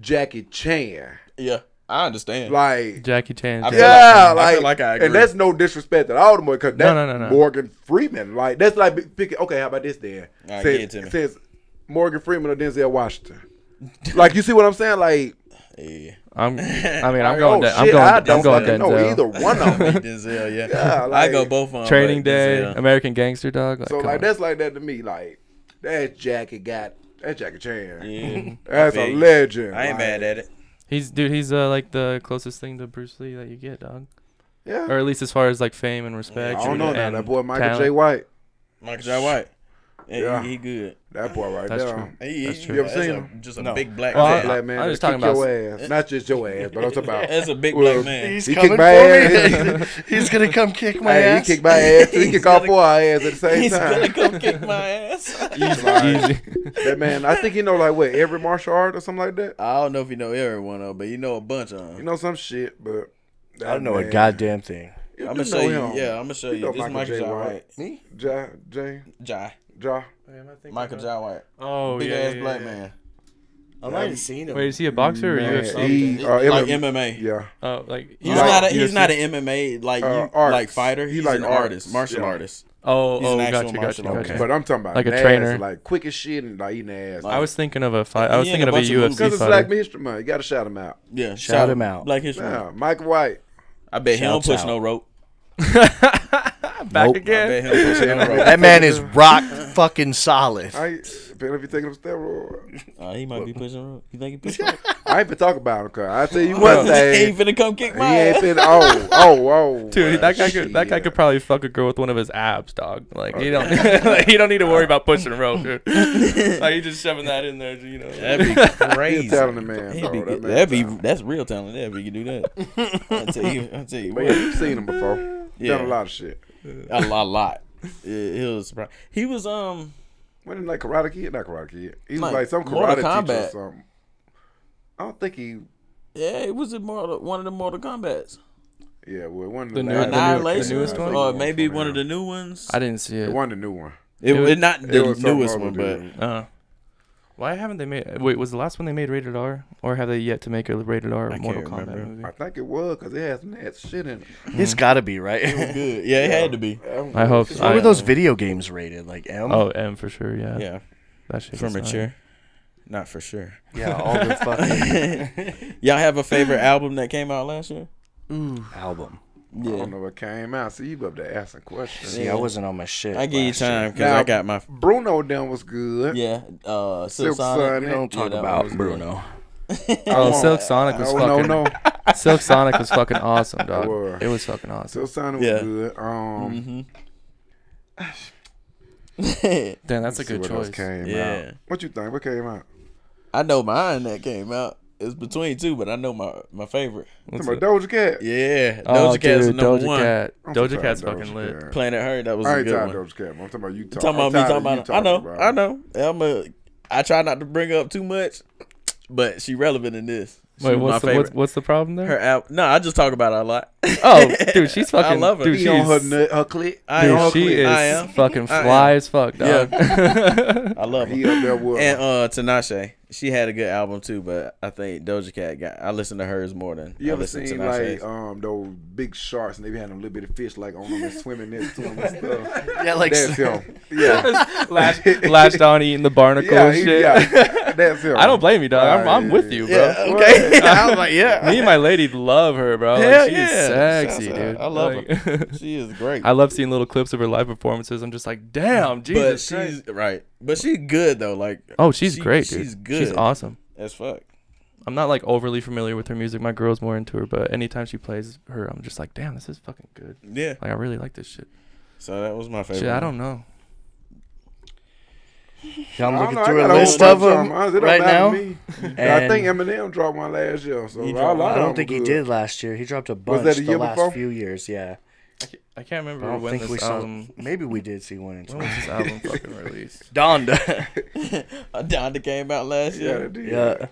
Jackie Chan, Yeah, I understand. like. Jackie Chan. I feel Jackie Yeah, I like, feel like I agree. and that's no disrespect at all to Morgan, because that's no, no, no. Morgan Freeman. Like that's like picking. Okay, how about this then? All right, since, give it to me. since Morgan Freeman or Denzel Washington, like you see what I'm saying? Like yeah. I'm. I mean, like, I'm going. oh, De- I'm shit, going. I don't I'm going fucking know Denzel. either one of them. Denzel, yeah. Yeah, I go like- uh, both on Training Day, American Gangster Dog. Like, So come like on. that's like that to me. Like that Jackie got that Jackie Chan. Yeah. That's I a feel you. legend. I ain't like, mad at it. he's dude. He's uh, like the closest thing to Bruce Lee that you get, dog. Yeah. Or at least as far as like fame and respect. I don't know and, now. That boy Michael talent. J. White. Michael J. White. Yeah, Yeah. He, he good. That boy right That's there. true. He, That's he- true. You ever that's seen a- him? Just a big black Well, I- man. Black man. I'm just that'll talking kick about- your ass. Not just your ass, but I'm talking about. That's a big Well, black man. He's He coming kicked for my me. He's gonna come kick my Hey, ass. he kicked my ass. too. He kicked all gonna- four of our ass at the same He's gonna time. come kick my ass. Like, Easy. that man, I think he know like what every martial art or something like that. I don't know if you know everyone though, but you know a bunch of You them. know some shit, but that I don't know a man- goddamn thing. You I'm do gonna show know you. him. Yeah, I'm gonna show You you. know This Michael Michael J. J. White. White. Me? Ja, Jay, Jai. Ja. Michael J. White. Oh Big yeah. ass yeah, black yeah. man. I might have seen him. Wait, is he a boxer or Man, UFC? he- uh, like M- MMA. Yeah. Oh, like He's Like not. A, he's UFC? not an MMA like you, Uh, arts. like fighter. He He's like an arts, artist, martial yeah. artist. Oh, He's an oh, actual gotcha, gotcha, martial gotcha. But I'm talking about Like a nasty, trainer. like quick as shit and like eating ass. I was thinking of a fight. He I was in thinking a of a bunch of movies. UFC because fighter. it's Black History Month. You got to shout him out. Yeah, shout, him out. Black History. Month. Yeah, Mike White. I bet he don't Shouts push out. no rope. Back Nope. I again. bet he don't push no rope. That man is rock fucking solid. I depending if you taking up steroids. Uh, he might be pushing rope. You think he pushing rope? I ain't been talking about him. Cause I tell you Well, one he thing, ain't finna come kick he my ass. ain't been. Oh, oh, oh, Dude, that guy shit. could that guy could probably fuck a girl with one of his abs, dog. Like he don't like, he don't need to worry about pushing a rope, dude. like he just shoving that in there, you know. That'd be crazy. He's telling the man, He'd bro, be, that good. man that'd be talented. that's real talent. There, if you could do that. I tell you, I tell you, But what, yeah, you've seen him before. Yeah. Done a lot of shit. a lot, lot. Yeah, he was surprised. He was um. Wasn't he like Karate Kid? Not Karate Kid. He was Like, like, some karate Mortal teacher or Kombat. something. I don't think he. Yeah, it was in Mortal, one of the Mortal Kombat's. Yeah, well, one of The the, new- the new- the Annihilation, newest one? or maybe one of the new ones. I didn't see It it. wasn't the new one. It, was- was not It the was some newest other one, dude. but Uh, Why haven't they made? Wait, was the last one they made rated R, or have they yet to make a rated R I Mortal can't Kombat remember. movie? I think it was because it had some of that shit in it. It's got to be right. Good. Yeah, it had to be. don't I know. hope. It's I, what were those video games rated? Like M? Oh, M for sure. Yeah. Yeah, That shit for is not- mature. Not for sure. Yeah, all the fucking Y'all have a favorite album that came out last year? album. I don't know what came out. See, you up there asking questions. See, I wasn't on my shit. I give you last year. time because Now- I got my Bruno done was good. yeah. Uh, Silk Silk Sonic. Sonic. We don't Yeah, talk that one about was good. Bruno. Oh, Silk Sonic was Oh no fucking. no, Silk Sonic was fucking awesome, dog. Word. It was fucking awesome. Silk Sonic was Yeah. Mm-hmm. good. Um, Damn, that's see a good what else choice. Came Yeah. out. What you think? What came out? I know mine that came out. It's between two, but I know my my favorite. What's Talking it? about Doja Cat. Yeah, Oh, Doja Cat's dude, number Doja one. Cat. I'm so Doja tired Cat's of Doja fucking lit. Cat. Planet Her. That was I a ain't good tired one. of Doja Cat. but I'm talking about you. Talk, talking I'm about me tired talking of you about. I know. talking about I it. know. I'm a. I try not to bring up too much, but she relevant in this. She Wait, was what's my the, what's, favorite. what's the problem her there? app? No, I just talk about her a lot. Oh, dude, she's fucking. I love her. Dude, She on her she's- nut, her clit. I Dude, am. she I am. is fucking I am. fly as fuck, dog. I love her. He up there with. And her. uh Tinashe, she had a good album too, but I think Doja Cat got. I listened to hers more than You I ever listened to seen Tinashe's. like um those big sharks and they be having them little bit of fish like on them and swimming next to them and stuff? Yeah, like That's him. Yeah, Lashed, lashed on eating the barnacle yeah, and he- shit. yeah. That's him. I don't blame you, dog. I'm, I'm with you, bro. yeah, okay. I was like, yeah. Me and my lady love her, bro. Like, Hell she is yeah. sexy, Shout out. dude. I love her. um, she is great. I love seeing little clips of her live performances. I'm just like, damn, but Jesus. Christ. she's right. But she's good though. Like oh, she's she- great, dude. She's good. She's awesome. as fuck. I'm not like overly familiar with her music. My girl's more into her, but anytime she plays her, I'm just like, damn, this is fucking good. Yeah. Like I really like this shit. So that was my favorite. Shit, I one. don't know. Yeah, I'm I don't looking know, I through a got whole list bunch of them Mine, it don't right matter to now. me. And I and- think Eminem dropped one last year, so He I, dropped one. I don't think he did last year. He dropped a bunch Oh, that a the year last before? few years. Yeah, I can't, I can't I remember don't when think this we saw. album. Maybe we did see one. in When was this album fucking released? Donda. Uh, Donda came out last Yeah, year. it did. yeah.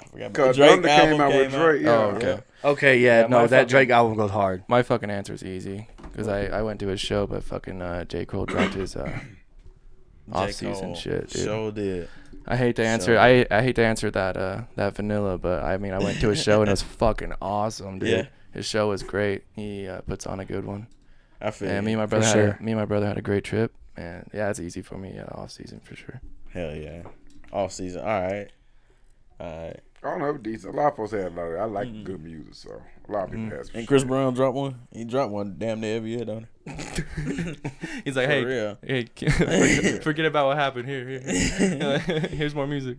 I forgot about Cause Drake Drake album came out with Drake. Yeah. Oh, okay. Okay. Yeah. Yeah, my no, that fucking- Drake album goes hard. My fucking answer is easy because I, I went to his show, but fucking uh, J Cole dropped his uh, off season shit, dude. So did. I hate to answer So- I I hate to answer that uh that vanilla, but I mean I went to his show and it was fucking awesome, dude. Yeah. His show was great. He uh, puts on a good one. I feel. Yeah, Yeah, me and my brother had a- sure. me and my brother had a great trip, and yeah, it's easy for me yeah, off season for sure. Hell yeah. Off season. All right. All right. I don't know, it was decent. A lot of folks had a lot of. I like good music, so a lot of people asked me. And Chris Brown dropped one. He dropped one damn near every year, don't he? He's like, "Hey, real. hey, forget, about what happened. Here, here, here's more music.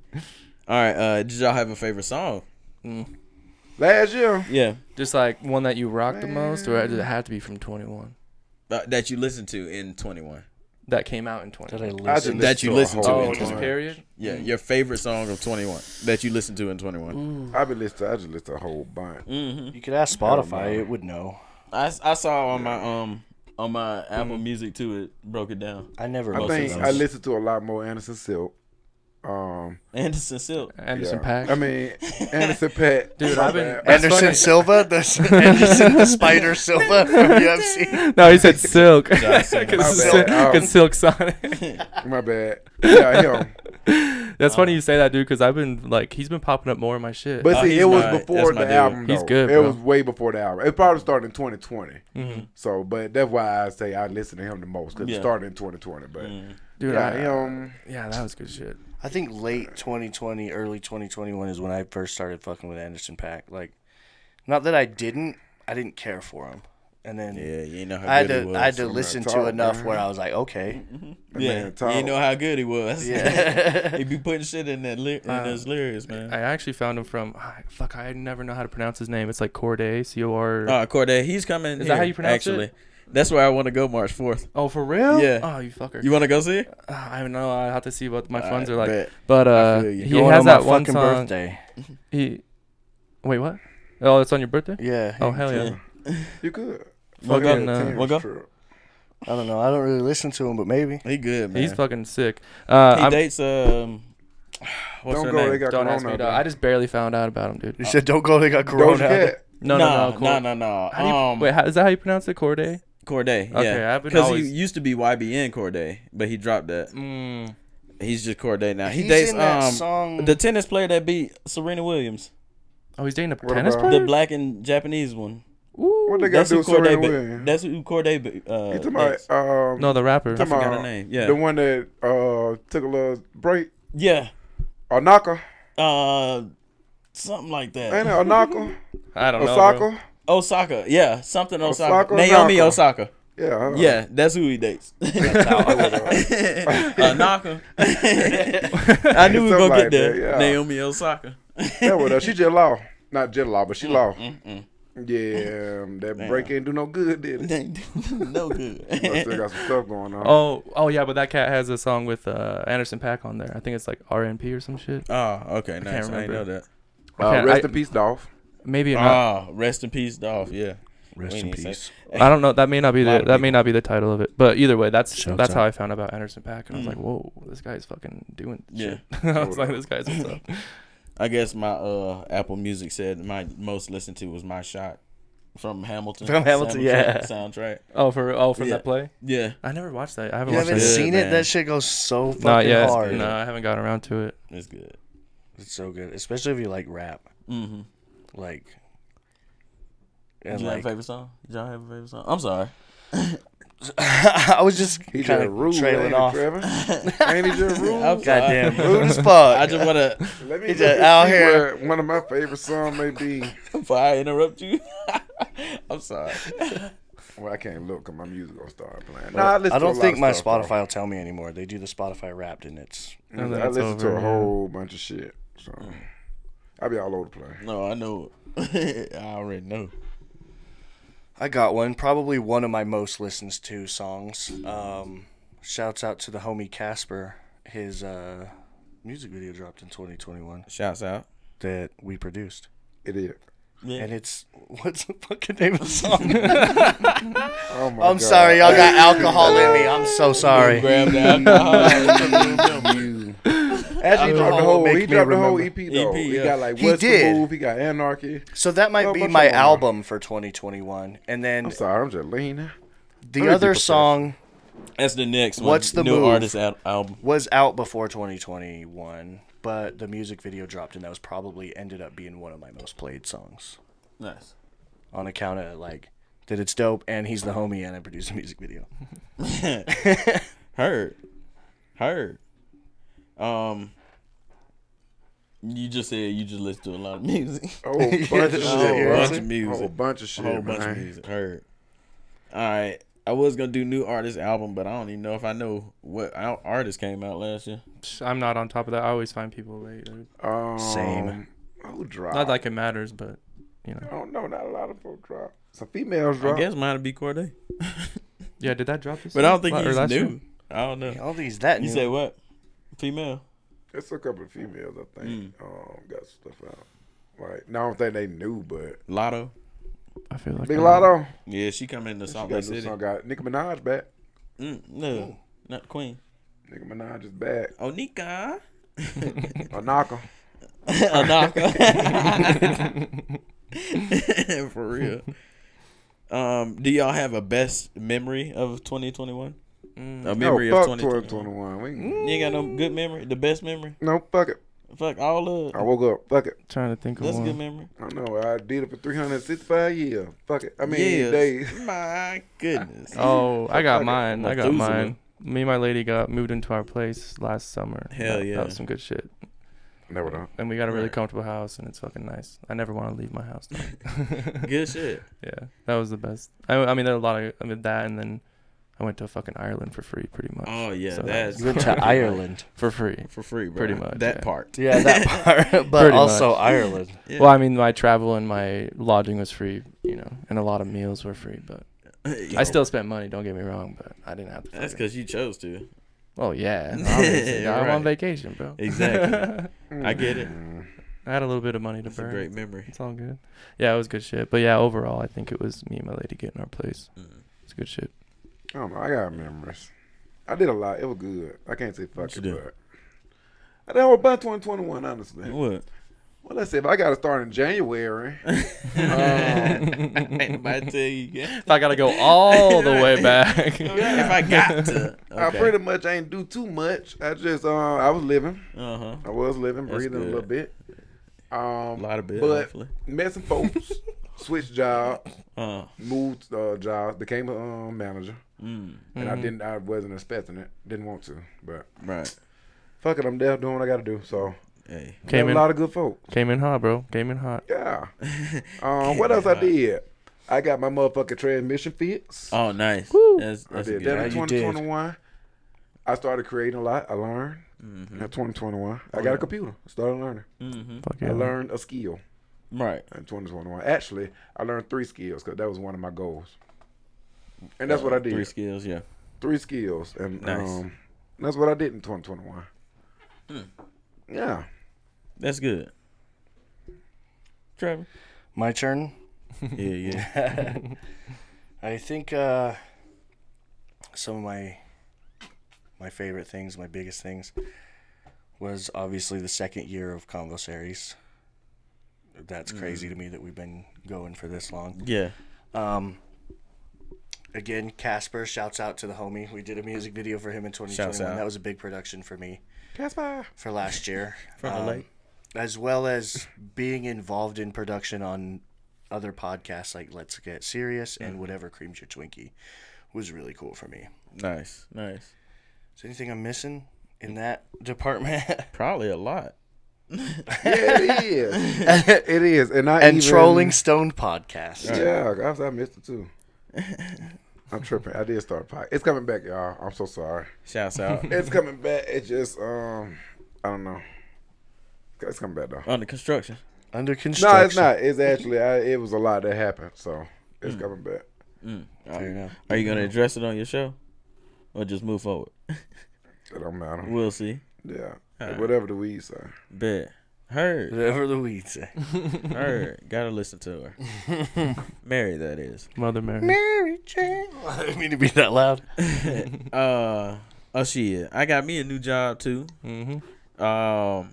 All right. Uh, did y'all have a favorite song? Last year, Yeah. Just like one that you rock the most, or did it have to be from Twenty One That that you listened to in 21. that came out in Did I Twenty One? I listen? just That you listened listened a to whole Oh, bunch. it. just period. Yeah. Your favorite song of 21 that you listened to in 21. I've been listening. I just listened to a whole bunch. Hmm? You could ask Spotify. It would know. I, s- I saw on my um on my Apple Music too. It broke it down. I never. I Most think of I those. listened to a lot more Anderson Silk. Um, Anderson Silk. Anderson yeah. Pack. I mean, Anderson Pack. Dude, my I've been- bad. That's Anderson funny. Silva, the Anderson the Spider Silva from UFC. no, he said silk. Johnson. My Because bad. Um, silk Sonic. My bad. Yeah, him. That's funny you say that, dude. Because I've been like, he's been popping up more in my shit. But Oh, see, he's it was my- before that's my the dude. album. He's though. good, It bro. was way before the album. It probably started in 2020. So, but that's why I say I listen to him the most because Mm-hmm. Yeah. Mm-hmm. it started in 2020. But dude, yeah, um, I- him. yeah, that was good shit. I think late 2020, early 2021 is when I first started fucking with Anderson Pack. Like, not that I didn't, I didn't care for him, and then Yeah, you ain't know how I had good he to was. I had to listen to talk, enough man. where I was like, okay, yeah, man talk. you know how good he was. yeah, he be putting shit in that ly- in those lyrics, man. I actually found him from ah, fuck. I never know how to pronounce his name. It's like Corday, C O R. Uh, Corday, he's coming. Is that how here, you pronounce Actually, it? that's where I want to go March fourth. oh, for real? yeah. Oh, you fucker. You want to go see? it? Ah, I don't know. I have to see what my funds I are like. bet. But I uh, feel you. he Going has on that my one fucking song. birthday. He, wait, what? Oh, it's on your birthday. Yeah, Oh hell yeah. You could. We'll Fucking, go. uh, we'll go. I don't know. I don't really listen to him, but maybe. He good, man. He's fucking sick. Uh, he I'm, dates um. What's Don't her go. name? They got don't corona. ask me. out Dog. there. I just barely found out about him, dude. He said, Uh, "Don't go. They got Doja corona." Cat. No, no, no, cool. no, no, no. How do you, um, wait, how, is that how you pronounce it, Corday? Corday. Okay, yeah, I've been because always- mm. he used to be YBN Corday, but he dropped that. He's just coordinating now. He He's dates in that um song- the tennis player that beat Serena Williams, Oh, he's dating a What tennis about- the player. black and Japanese one. What they got That's to do who with Serena Corday. Williams? ba- That's who Corday. ba- Uh, You talking about, dates. um, no, the rapper. talking forgot her about name, yeah. The one that uh, took a little break. yeah, Onaka. uh, something like Ain't it that. Onaka? I don't know. bro. Osaka? Osaka. Yeah, something Osaka. Osaka, Naomi Osaka. Osaka. Yeah. uh, Yeah, that's who he dates. uh, Naka. I knew we Something were gonna like get there. that, yeah. Naomi Osaka. That was her. She just lost. Not just lost, but Mm, she lost. Yeah, um, that break ain't do no good, did it? no good. I still got some stuff going on. Oh, oh yeah, but that cat has a song with uh, Anderson Pack on there. I think it's like RNP or some shit. Oh, okay, nice. I, remember. know that. Uh, can't- rest I- in peace, Dolph. Maybe not. Ah, rest in peace, Dolph. Yeah. Uh, Rest We in need to say- peace. I don't know. That may not be the of that may not be the title of it. But either way, that's Shouts that's how out. I found about Anderson Pack, and I was like, whoa, this guy's fucking doing. Mm. Yeah. shit. I was like, this guy's what's up. I guess my uh Apple Music said my most listened to was my shot from Hamilton. From Hamilton, yeah. soundtrack- Soundtrack. Oh, for oh from Yeah. that play. Yeah, I never watched that. I haven't You watched haven't good, that. seen it? man. That shit goes so fucking Not yet. hard. No, I haven't gotten around to it. it's good. It's so good, especially if you like rap. Mhm. Like, Do and you like have a favorite song? Do y'all have a favorite song? I'm sorry. I was just He kind just of rude, ain't trailing he, off. Trevor? ain't he just rude? I'm Goddamn, sorry. rude as fuck. I just wanna Let me He just let me out see here. where One of my favorite songs may be. before I interrupt you. I'm sorry. Well, I can't look 'cause my music gonna start playing. Nah, I, listen I to a don't lot think of my stuff, bro. Spotify will tell me anymore. They do the Spotify Wrapped, and it's And then I it's listen to over, a yeah. whole bunch of shit, so I be all over the place. No, I know. it. I already know. I got one. Probably one of my most listens to songs. Um, shouts out to the homie Casper. His uh, music video dropped in 2021 Shouts out. that we produced, It is. and it's what's the fucking name of the song? Oh my I'm God. sorry, y'all got alcohol in me. I'm so sorry. Grab the alcohol. You. Actually, He dropped the whole. He dropped the whole EP though. EP, He yeah. got like E He What's the did. Move. He got Anarchy. So that might Well, be bunch my of them are. album for 2021. And then I'm sorry, I'm just leaning. the other people say. song That's the next one. What's the new move? artist al- album? was out before 2021, but the music video dropped, and that was probably ended up being one of my most played songs Nice. on account of like that it's dope, and he's the homie, and I produced the music video. Heard. Heard. Um. You just said you just listen to a lot of music. A whole bunch of shit. that's what bro. it is. bunch of A whole music. bunch of shit. A whole bunch of man. music. Heard. All right. I was gonna do new artist album, but I don't even know if I know what al- artist came out last year. Psh, I'm not on top of that. I always find people late. dude. Um, Same. Who Ah. dropped? Not like it matters, but you know. I don't know. Not a lot of folk drop. Some females drop. I guess mine would be Corday, Yeah, did that drop this? but I don't year? think Or he's last new. year? I don't know. All these that You new. say what? Female. It's a couple of females, I think. Mm. Um, got stuff out. Like, no, I don't think they knew, but Lotto. I feel like Big I'm- Lotto. Yeah, she come into Salt Got Lake this Mm. City. song got Nicki Minaj back. Mm, no, not Queen. Nicki Minaj is back. Onika. Anaka. Anaka. For real. Um, do y'all have a best memory of 2021? A No, memory fuck of 2021. 2021. We, You ain't got no good memory? The best memory? No, fuck it. Fuck all of I woke up. Fuck it. trying to think of That's a one. good memory. I don't know. I did it for 365 years. Fuck it. I mean, Yes. days. My goodness. Oh, I got mine. I got Methuselah. mine. Me and my lady got moved into our place last summer. Hell That- yeah. That was some good shit. Never done. And we got a really Right. comfortable house, and it's fucking nice. I never want to leave my house. though. Good shit. yeah, that was the best. I, I mean, there are a lot of I mean that, and then I went to fucking Ireland for free, pretty much. Oh, yeah. So that's You went to Ireland. for free. for free, bro. Pretty much, That yeah. part. Yeah, that part. But Pretty also much. Ireland. Yeah. Well, I mean, my travel and my lodging was free, you know, and a lot of meals were free, but I still spent money. Don't get me wrong, but I didn't have to. That's fucking- because you chose to. Oh yeah, obviously. I'm Right. on vacation, bro. Exactly. I get it. I had a little bit of money to It's a burn. great memory. It's all good. Yeah, it was good shit. But yeah, overall, I think it was me and my lady getting our place. Mm. It's good shit. I don't know. I got memories. I did a lot. It was good. I can't say fuck you it, do? but I did a whole bunch of 2021, honestly. What? Well, let's see. If I got to start in January, um, Ain't I tell you, if If I gotta go all the way back. I got to, I pretty much ain't do too much. I just uh, I was living. uh huh, I was living, breathing a good. little bit. Um, lot of bit, but hopefully. met some folks, switched job, uh, moved uh, jobs, became a um, manager, Mm. and Mm-hmm. I didn't. I wasn't expecting it. Didn't want to, but right. fuck it. I'm there doing what I got to do. So Hey, Came met in- a lot of good folks. Came in hot, bro. Came in hot. Yeah. Um, what else I did? I got my motherfucking transmission fixed. oh nice. That's, that's I a did good that idea. in Yeah, you did. 2021. I started creating a lot. I learned. Mm-hmm. In 2021, I Oh, got a computer. Started learning. Fuck yeah. Mm-hmm. I learned a skill. Right. in 2021. Actually, I learned three skills because that was one of my goals. And that's what I did. Uh, Three Three, skills. Yeah. skills. And Nice. Hmm. um, that's what I did in 2021. Yeah. That's good. Trevor. My turn. Yeah, yeah. I think uh, some of my my favorite things, my biggest things, was obviously the second year of Convo Series. That's crazy to me that we've been going for this long. Yeah. Um, again, Casper, shouts out to the homie. We did a music video for him in 2021. out. That was a big production for me Casper. for last year. From the lake. as well as being involved in production on other podcasts like Let's Get Serious Mm-hmm. and whatever Creams Your Twinkie was really cool for me. Nice. Nice. Is there anything I'm missing in that department? Probably a lot. Yeah, it is. it is. And I and even, Trolling Stone podcast. Yeah, I, I missed it too. I'm tripping. I did start a pod. It's coming back, y'all. I'm so sorry. Shouts out. It's coming back. It just um, I don't know. It's coming back though. Under construction. Under No, construction. it's not. It's actually. I, it was a lot that happened, so it's coming back. Fair enough. Are you gonna address it on your show, or just move forward? It don't matter. We'll see. Yeah. Whatever the weed say. Bet. Heard. Whatever the weed say. Heard. Gotta listen to her. Mary, that is. Mother Mary. Mary Jane. I didn't mean to be that loud. Uh, oh shit! I got me a new job too. Mm-hmm. Um,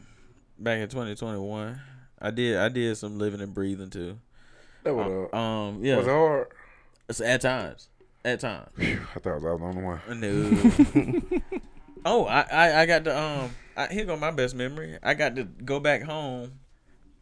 back in 2021, I did I did some living and breathing too. That was, uh, Um, yeah, was hard. it's at times, at times. I thought I was the only one. No. oh, I, I I got the um. I, here go my best memory. I got to go back home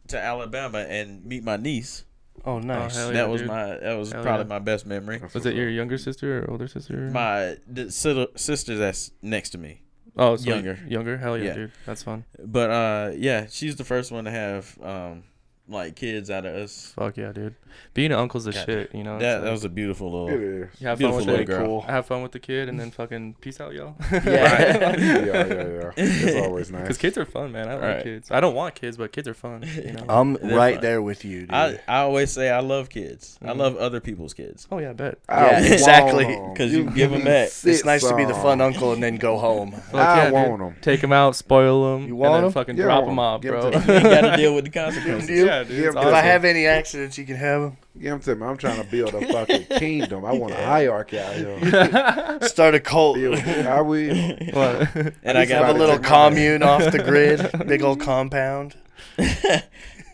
to Alabama and meet my niece. Oh, nice. hell yeah. that was dude. my that was Hell probably yeah. my best memory. Was it your younger sister or older sister? My the si- sister that's next to me. oh, so younger. Younger. Hell yeah, Yeah. dude. That's fun. But uh yeah, she's the first one to have um like kids out of us. Fuck yeah, dude. Being an uncle's a God. shit. You know. That It's that like- was a beautiful It little is. you have fun beautiful with little the, girl. have fun with the kid and then fucking peace out, y'all. Right. Yeah, yeah, yeah. It's always nice. Because kids are fun, man. I like Right. kids. I don't want kids, but kids are fun. You know? I'm right fine. there with you, dude. I, I always say I love kids. I Mm-hmm. love other people's kids. oh yeah, I bet. I Yeah, want exactly. 'Cause you give 'em me back. six it's nice to be the songs. fun uncle and then go home. Fuck I yeah, want dude. 'em. Take them out, spoil them, You want and then 'em? fucking Yeah, I drop want them 'em. off, Give 'em bro. to You ain't gotta deal with the consequences. yeah, dude. Give It's 'em awesome. If I have any accidents, you can have them. Give them to me. I'm trying to build a fucking kingdom. I want a hierarchy out here. Start a cult. I will. And I What? least I Have got a Gotta little take my money. commune off the grid, big old compound,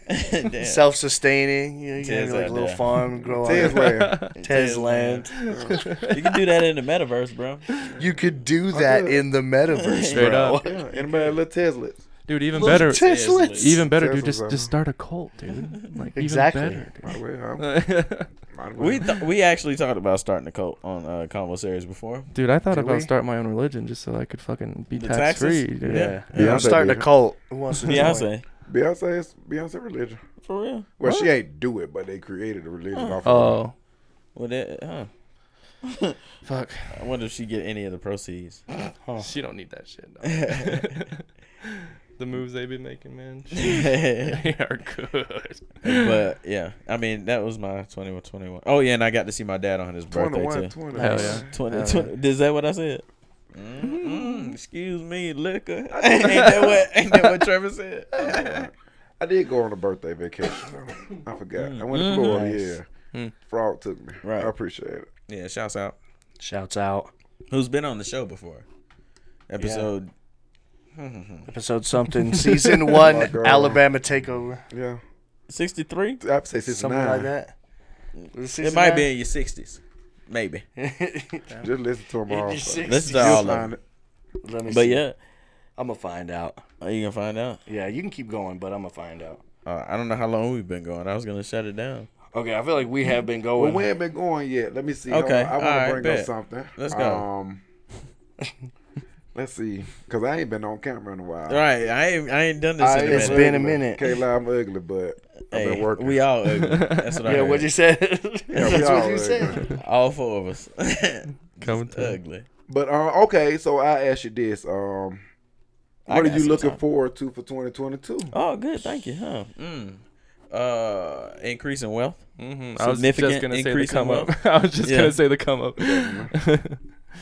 Damn. self-sustaining. You, know, you can have Tez your, like out little there. farm, grow Tez on land. Tez land. You can do that in the metaverse, bro. You could do that could. in the metaverse, Straight bro. up. Yeah, anybody little Teslas? dude, even better. Teslets. Even better, Teslas, dude. Just I just know. start a cult, dude. Like Exactly. Even I will. I better. might as well. We th- we actually talked about starting a cult on uh, combo series before. dude, I thought Did about we? starting my own religion just so I could fucking be The tax free, taxes? dude. Yeah. Yeah, I'm Beyonce starting a religion. cult. Who wants to join? Beyonce, Beyonce is Beyonce religion. for real. Well, she ain't do it, but they created a religion off of Oh. Well, that, huh? Fuck. I wonder if she get any of the proceeds. She don't need that shit. No. the moves they be making, man. they are good. but yeah, I mean that was my 2121. Oh yeah, and I got to see my dad on his birthday 21, too. 20. Hell yeah. 20, 20 is that what I said? mm-hmm. Mm-mm, excuse me, liquor. ain't that what? Ain't that what Trevor said? I did go on a birthday vacation. though. I forgot. I went to Florida. Yeah, Frog took me. Right. I appreciate it. yeah, shouts out. Shouts out. Who's been on the show before? Episode. Episode something, season one, girl. Alabama takeover, Yeah, Sixty three. I'd say sixty something like nine. that. It might be in your sixties, maybe. Just listen to them all. This is You'll all of find it. it. Let me But see. yeah, I'm gonna find out. are you gonna find out? Yeah, you can keep going, but I'm gonna find out. Uh, I don't know how long we've been going. I was gonna shut it down. Okay, I feel like we have been Well, going. we ain't been going yet. Let me see. Hold Okay, on. I want all right, to bring bet. up something. Let's go. Um, let's see, because I ain't been on camera in a while. All right, I ain't, I ain't done this Uh, I in a am minute. It's been a ugly. minute. Can't lie, I'm ugly, but I've Hey, been working. we all ugly. That's what I yeah, heard. what'd you say? Yeah, we That's all what you ugly. said. All four of us. Coming Just through. ugly. But uh, okay, so I asked you this: um, I What are got you some looking time. forward to for 2022? Oh, good. Thank you. Huh. Mm. Uh, increase in wealth. Mm-hmm. I was just Significant gonna say the increase in come wealth. up. I was just Yeah. gonna say the come up.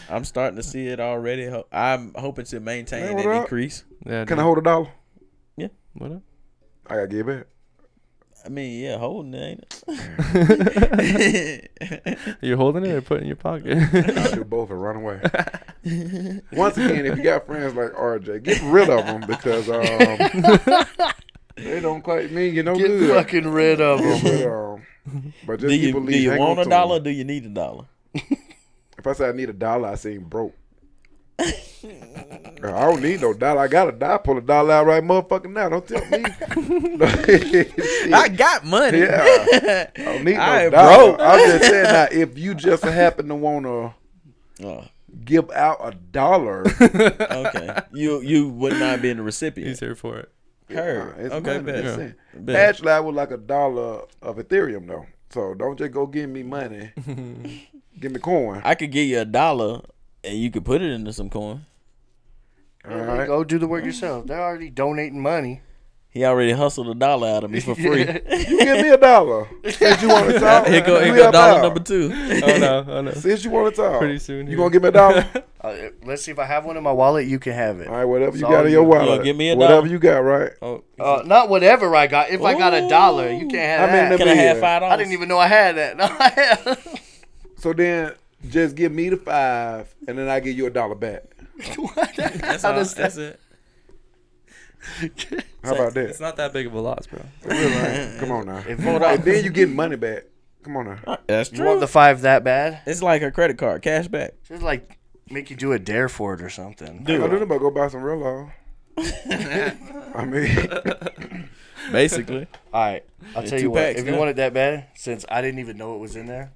I'm starting to see it already. Ho- I'm hoping to maintain Man, what and up? increase. yeah, Can dude. I hold a dollar? What up? I gotta give it. I mean, yeah, holding it, ain't it? You're holding it or putting it in your pocket? I do both and run away. Once again, if you got friends like RJ, get rid of them because um, they don't quite mean you no Get good. fucking rid of Yeah, them. but, um, but just do you people do you want a dollar? Or dollar? do you need a dollar? If I say I need a dollar, I seem broke. Uh, I don't need no dollar. I got a dollar. I Pull a dollar out right motherfucking now. Don't tell me. I got money. Yeah. I don't need no I ain't dollar. broke. I'm just saying now, if you just happen to want to Oh, give out a dollar, okay. you you would not be in the recipient. He's here for it. Her. it's okay, money, that's bet. it. Bet. Actually, I would like a dollar of Ethereum though. So don't just go give me money. give me coin. I could give you a dollar and you could put it into some coin. All right. Go do the work yourself. They're already donating money. He already hustled a dollar out of me for free. You give me a dollar. Since you want to talk, Here go, here we go up dollar out. number two. Oh no, oh no. Since you want to talk, Pretty soon you here. gonna give me a dollar. Uh, let's see if I have one in my wallet. You can have it. All right, whatever you It's all got in your you. wallet, Yeah, give me a whatever dollar. you got, right? Oh, Uh, not whatever I got. If I got a dollar, you can't have I mean, that. let Can I me have hear. five dollars? I didn't even know I had that. No, I have. So then, just give me the five, and then I give you a dollar back. what? That's, How all, does that's it. How about it's that? not that big of a loss, bro. Really? Come on now. If And you want, then you get money back. Come on now. That's you true. want the five that bad, it's like a credit card, cash back. just like make you do a dare for it or something. I don't know about go buy some real law. I mean, Basically. All right, I'll tell two you what. packs, if you yeah. want it that bad, since I didn't even know it was in there,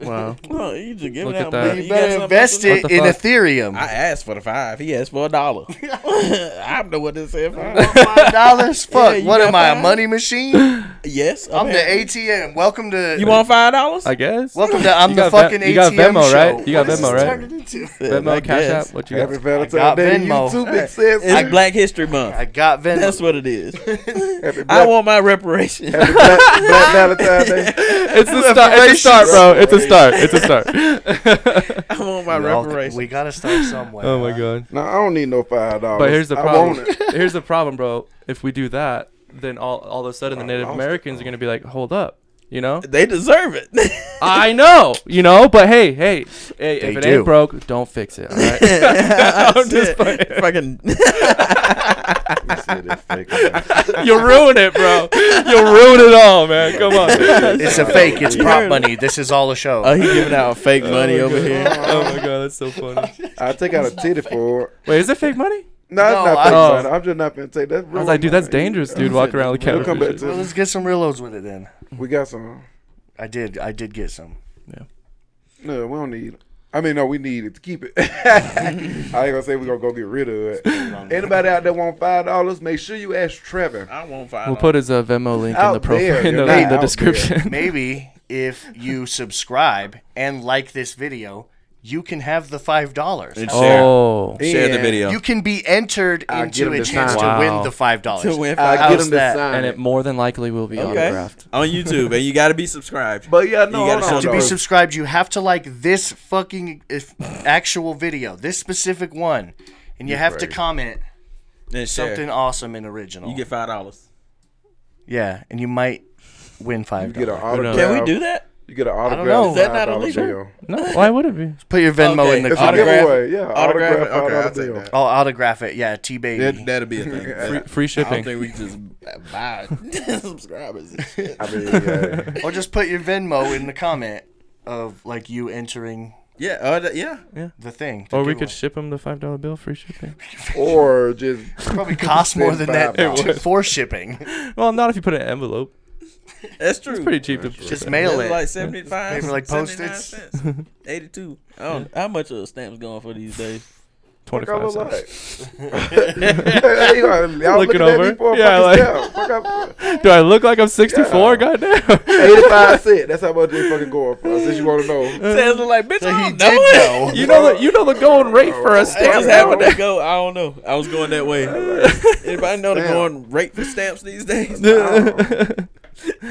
Wow. well, you just give Look it at out. that. man. you got better something invest to- it What the in fuck? Ethereum. I asked for the five. He asked for a dollar. I know what this is Oh for. Five dollars? Fuck. you what got am I? A five? money machine? Yes. I'm the apparently. ATM. Welcome to. You want five dollars? I guess. Welcome to. I'm You the got Ve- fucking ATM you got Venmo, show. right? You got What is Venmo, this right? turned into? Venmo, I Cash guess. App. What you got? happy got Valentine's Day, you Venmo. too, big sis. It's Black History Month. I got Venmo. That's what it is. Happy I Black, want my reparations. happy Black, Black Valentine's Day. It's the start. It's a start, bro. It's a start. It's a start. I want my We all- reparations. We gotta start somewhere. oh my huh? god. No, I don't need no five dollars. But here's the I problem. want it. Here's the problem, bro. If we do that, then all all of a sudden the Native lost it, Americans are gonna be like, hold up, you know. They deserve it. I know, you know, but hey, hey, hey, if They it do. ain't broke, don't fix it. All right? I'm just playing. fucking. Let me see this fake ass. You'll ruin it, bro. You'll ruin it all, man. Come on. It's a fake. It's You prop heard money. This is all a show. Oh, he giving out fake money over here. Oh my god, that's so funny. I take out a titty for it. Wait, is it fake money? No, it's No, not I- fake Oh. money. I'm just not gonna take that. I was like, dude, that's dangerous, dude. Walking around with We'll come back catfish. Well, to. let's get some real loads with it then. We got some. I did. I did get some. No, we don't need. it. I mean, no, we need it to keep it. I ain't gonna say we're gonna go get rid of it. Anybody out there want five dollars? Make sure you ask Trevor. I want five. We'll put his uh, Venmo link in Out the profile there, in they're the, not in the out description. Maybe if you subscribe and like this video, you can have the five dollars. and share. Oh, Share the And video. You can be entered I'll get into 'em a this chance time. to win Wow. the five to dollars. win I five get How's him to that? sign and it more than likely will be autographed. on YouTube, and you got to be subscribed. But yeah, no, You gotta hold on, show To be Dollars. though. subscribed, you have to like this fucking if, actual video, this specific one, and you have to comment then share. something awesome and original. You get five dollars. yeah, and you might win five get an dollars. autograph. Can we do that? You get an don't autograph. know. for Is that not $5 illegal? bill. No, why would it be? Put your Venmo Okay, in It's the It's a autograph autograph. it? giveaway. Yeah, Autograph it? autograph. Okay, $5 I'll take bill. that. I'll autograph it. Yeah, T That, baby. that'd be a thing. That- Free I don't shipping. think we can just buy subscribers. And shit. I mean, yeah. Or just put your Venmo in the comment of like you entering Yeah, uh, that- yeah. the thing. the Or we could giveaway. ship them the five dollar bill, free shipping. or just probably cost more than that It to- for shipping. Well, not if you put it in an envelope. That's true. It's pretty cheap to Just mail That's it. Like seventy five. Maybe like postage. Eighty two. I don't. How much are stamps going for these days? Twenty I five look cents. like. Hey, you are- y'all Looking looking, at over. me for a Yeah, fucking like- stamp. Fuck up. Do I look like I'm 64? Yeah. Goddamn. 85 cent. That's how much they fucking going for. Since you want to know. Stamps are like bitch. I he did don't know. know. it. you know the you know the going rate for a I stamp just now. happened to go. I don't know. I was going that way. Anybody know the Stamp. going rate for stamps these days?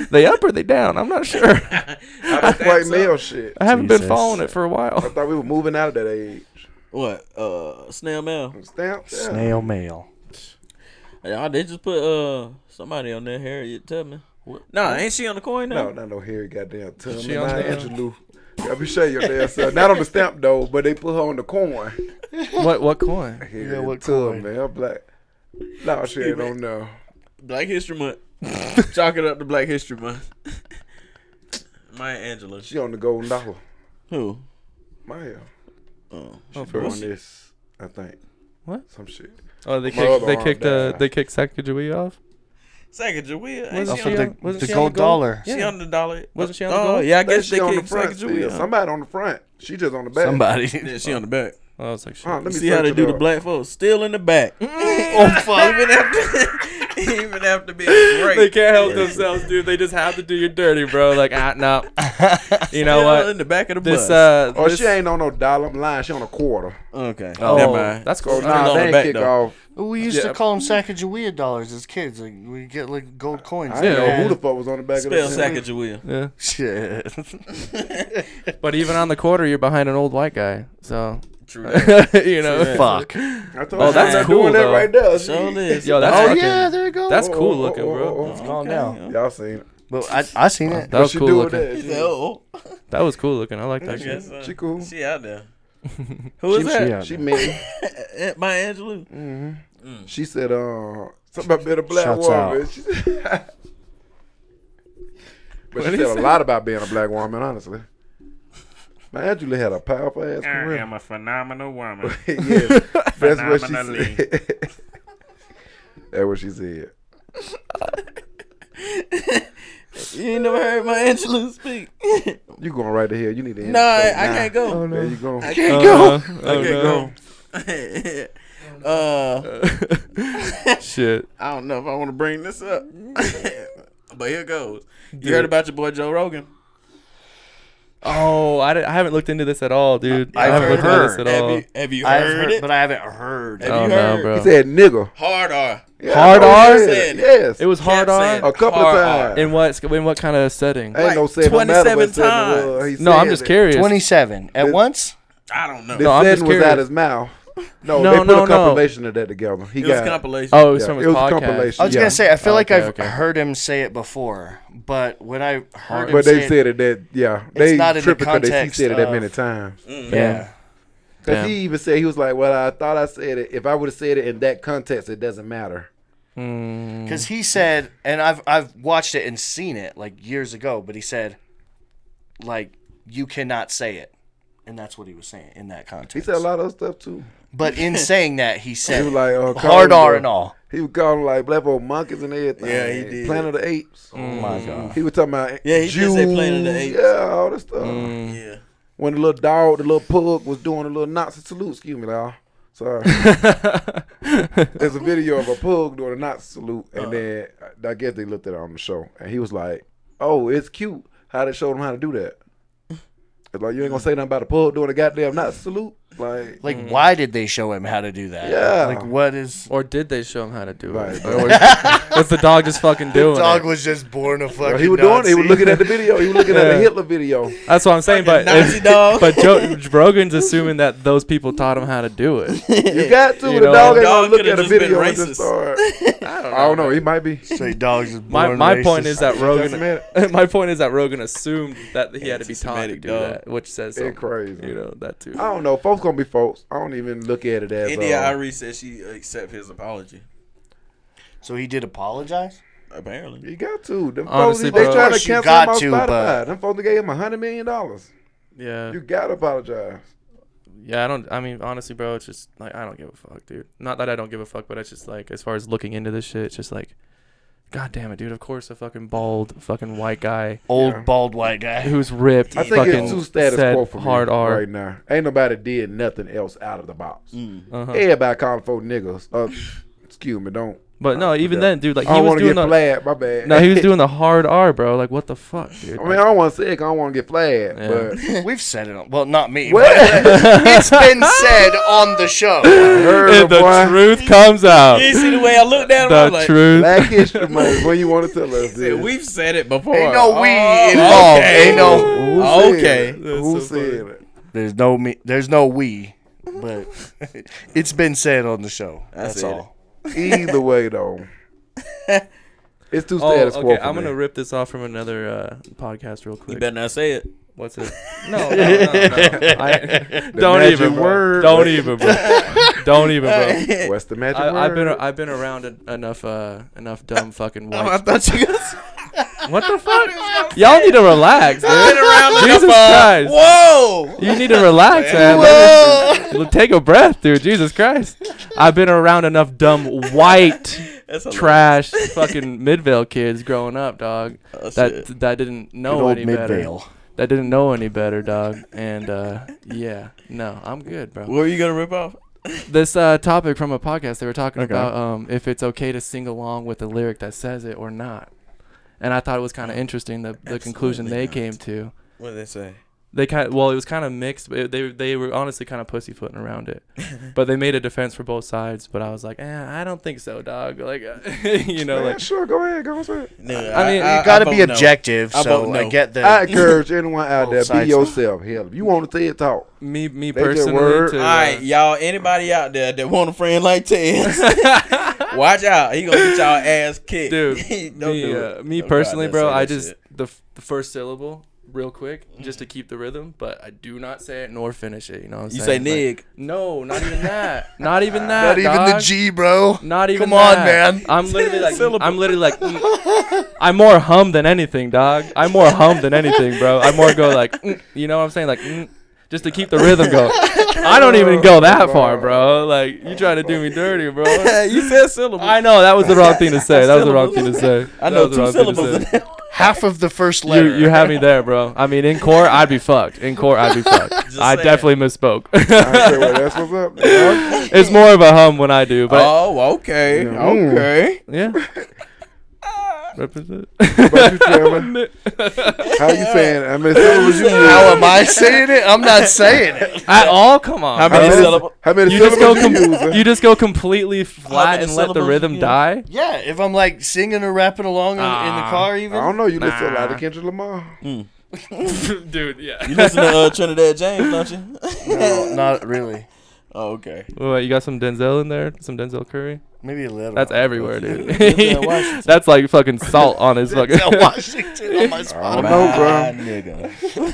they up or they down? I'm not sure. That's white Stamps male up. shit. I haven't Jesus. been following it for a I while. thought we were moving out of that age. What? Uh, snail mail. Stamps. Yeah. Snail mail. Yeah, they just put uh somebody on there. Harriet Tubman. Nah, ain't she on the coin now? No, not no hairy goddamn tongue. She She on on there? Angelou. I'll be showing your damn son. Not on the stamp though, but they put her on the coin. What what coin? Harriet Yeah, what coin? Tubman, man. I'm black. No, she ain't man. on there. Black History Month. Chalk it up to Black History Month. Maya Angelou. She on the golden dollar. Who? Maya. Oh, Oh, for She on real? this, I think. What? Some shit. Oh, they My other kicked they arm kicked uh down. they kicked Sacagawea off. Sacagawea. Ain't Wasn't she she on, on- The, wasn't the she on gold the gold? dollar. she Yeah. on the dollar? Wasn't she on the Oh, gold? yeah, I I guess they she on the kicked front. still. Sacagawea. off. Somebody on the front. She just on the back. Somebody. Yeah, she on the back. Oh, I was like, shit. Huh, let me See how they search do it the up. black folks? Still in the back. oh fuck. even after even after being they great. can't help themselves, dude. They just have to do you dirty, bro. Like, ah, no. You know Still what? in the back of the This bus. uh, Oh, this, she ain't on no dollar. I'm lying. She on a quarter. okay. oh, Never mind. That's Oh, cool. nah, on the they back, ain't kick though. off. We used Yeah. to call them Sacagawea dollars as kids. Like we get like gold coins. I didn't know Yeah. who the fuck was on the back Spell of that. Sacagawea. yeah. Shit. But even on the quarter, you're behind an old white guy. So True. that. you know, Fuck. I told Oh, you, that's I'm cool, doing though. that right there. Show She- this. Yo, that's Oh fucking- yeah, there you go. That's Oh, cool oh, looking, oh, bro. oh, It's oh. gone down. Y'all seen it. But I I seen it. That was she cool do with looking. that? She- Oh, That was cool looking. I like that I guess shit. so. She cool. She out there. Who is that? She mean. Aunt Maya Angelou. She said, uh, something about being a black Shouts woman. out. She said- but he she said say? a lot about being a black woman, honestly. My Angela had a powerful ass career. a phenomenal woman. yes, that's what she Phenomenally. said. that's what she said. You ain't never heard my Angelou speak. You going right to hell. You need to end no, I, the show I now. can't Oh, go. There you go. I can't I Uh, oh, no. can't go. uh, Shit. I don't know if I want to bring this up, but here goes. You heard about your boy Joe Rogan? Oh, I, di- I haven't looked into this at all, dude. I, I've haven't looked heard. into this at Have all. you have you I've heard, heard, it? but I haven't heard. have oh, you no, heard? bro. He said nigga. Hard R. Yeah, I Hard know R? he said Said it. it. Yes. It was hard Kept saying on. a couple of hard R. times. In what in what kind of setting? ain't no like saying no matter what 27 setting times. it was. He No, I'm said just it. curious. Twenty-seven at This- once. I don't know. The No, I'm just setting was curious. out his mouth. No, No, they put no, a no. compilation of that together. He it was got compilation. Oh, it was Yeah, from it his was a podcast. compilation. I was Yeah. Oh, gonna say I feel like Okay, I've okay. heard him say it before, but when I heard him But say they said it that yeah, they not in the tripped because they, he context said it that of- many times. it, yeah, Because Damn. he even said he was like, "Well, I thought I said it. If I would have said it in that context, it doesn't matter." Mm, because he said, and I've I've watched it and seen it like years ago, but he said, like you cannot say it, and that's what he was saying in that context. He said a lot of other stuff too. But in saying that, he He said was like, uh, hard calling R the- and all. He was calling like black old monkeys and everything. Yeah, he did. Planet of the Apes. Oh my god. He was talking about Yeah, he did Jews. say Planet of the Apes. Mm. Yeah, all this stuff. yeah. When the little dog, the little pug was doing a little Nazi salute. Excuse me, y'all. Sorry. There's a video of a pug doing a Nazi salute, and then uh, I guess they looked at it on the show, and he was like, "Oh, it's cute how they showed him how to do that." It's like you ain't gonna say nothing about a pug doing a goddamn Nazi salute. Like, Like, Mm-hmm. why did they show him how to do that? Yeah. Like, what is? Or did they show him how to do Right, it? bro. Or was, was the dog just fucking doing Dog it? was just born a fucking. bro, he was doing. it. He was Nazi. looking at the video. He was looking at the Yeah. Hitler video. That's what I'm saying. But Fucking Nazi dog. but Joe, Rogan's assuming that those people taught him how to do it. You got to. You the know, dog ain't gonna dog look could've at a just been video and just racist. start. I don't know. He might be. Say dogs is born My my point racist. is that Doesn't Rogan. matter. my point is that Rogan assumed that he had to be taught to Anti-Semitic do dog. that, which says They're something. crazy. You know that too. I don't know. Folks gonna be folks. I don't even look at it as. India Uh, Irie said she accept his apology. So he did apologize. Apparently, you got to. Them Honestly, folks, bro. they trying Of to course you cancel got him off to, Spotify. but- Them folks gave him a hundred million dollars. Yeah. You gotta apologize. Yeah, I don't. I mean, honestly, bro, it's just like I don't give a fuck, dude. Not that I don't give a fuck, but it's just like as far as looking into this shit, it's just like, god damn it, dude. Of course, a fucking bald, fucking white guy Old bald white guy. who's ripped, I think fucking it's too status said quo for me hard R. right now. Ain't nobody did nothing else out of the box. Mm. Uh-huh. Everybody calling for niggas. Uh, excuse me, don't. But no, even then, dude, like I he don't was want to doing get the flagged. My bad. no, he was doing the hard R, bro. Like what the fuck, dude? I mean, I don't want to say it. 'cause I don't want to get flagged, Yeah. but We've said it. On, well, not me. What? but it's been said on the show. Heard, if the boy. truth comes out, you see the way I looked at him. I the was like, truth. Black History Month. What you want to tell us? "Yeah, is- we've said it before. Ain't no we Oh, involved. okay. Ain't no. Who said Okay. it? Who said it? There's no me. There's no we. But it's been said on the show. That's, said all. Either way, though, it's too Oh, status quo. okay. for I'm me. gonna rip this off from another uh, podcast real quick. You better not say it. What's it? No, no, no, no. I, don't magic even, bro. word. Don't even, bro. Don't even, bro. What's the magic word? I, I've been I've been around en- enough uh, enough dumb fucking I white. thought you guys What the fuck? Y'all need to relax, been dude. around enough. Jesus uh, Christ. Whoa. You need to relax, man. Let me- l- Take a breath, dude. Jesus Christ. I've been around enough dumb white That's hilarious. trash fucking Midvale kids growing up, dog. Oh, that that didn't know Good old any better. Midvale. That didn't know any better, dog. And uh, yeah, no, I'm good, bro. What are you gonna rip off? this uh, topic from a podcast they were talking Okay. about um, if it's okay to sing along with the lyric that says it or not and i thought it was kind of interesting the, the conclusion they came to What did they say? they kind well it was kind of mixed but it- they, they were honestly kind of pussyfooting around it but they made a defense for both sides but i was like eh, i don't think so dog like uh, you know Man, like sure, go ahead, go ahead. No, I mean, You gotta vote be no. objective. I so vote no. I get that. I encourage anyone Oh, out Both there be sides. yourself. Hell, if you want to TED talk, me me your word. personally to, All right, uh, y'all. Anybody out there that want a friend like Ted, uh, watch out. He gonna get y'all ass kicked. dude. don't me, do uh, it. Don't me go out personally, there bro, and say I that just shit. Mm. the f- the first syllable real quick just to keep the rhythm, but I do not say it nor finish it. You know what I'm You say saying? Like, nig. no, not even that. Not even that. Not even the dog. G, bro. Not even. Come on, that. man. I'm literally like. I'm literally like. mm. I'm more hum than anything, dog. I'm more hum than anything, bro. I more go like. mm, you know what I'm saying? Like. Mm, just to keep the rhythm going. I don't even go that far, bro. Like you trying to do me dirty, bro. you said syllable. I know that was the wrong thing to say. That was the wrong thing to say. I That know was the two wrong thing to syllables. in say. that. Half of the first letter. You you have me there, bro. I mean, in core, I'd be fucked. In core, I'd be fucked. I saying. definitely misspoke. I say, well, that's what's up. dog. it's more of a hum when I do, but Oh, okay, Mm. okay. yeah. Represent. But you, Trevor, how you saying? I mean, syllables you use. How am I saying it? I'm not saying it. At all? Come on. How How many many- syllables? How many you just go. syllables you Com- using? you just go completely How flat many and let the syllables? rhythm Yeah. die. Yeah, if I'm like singing or rapping along in, in the Ah. car, I even. don't know. You listen to a lot of Kendrick Lamar. Dude, yeah. You listen to uh, Trinidad James, don't you? No, not really. oh, okay. Wait, you got some Denzel in there? Some Denzel Curry? Maybe a little. That's everywhere, dude. Denzel Washington. That's like fucking salt on his fucking. Yeah, Washington on my I spot. don't know, My bro. Ah,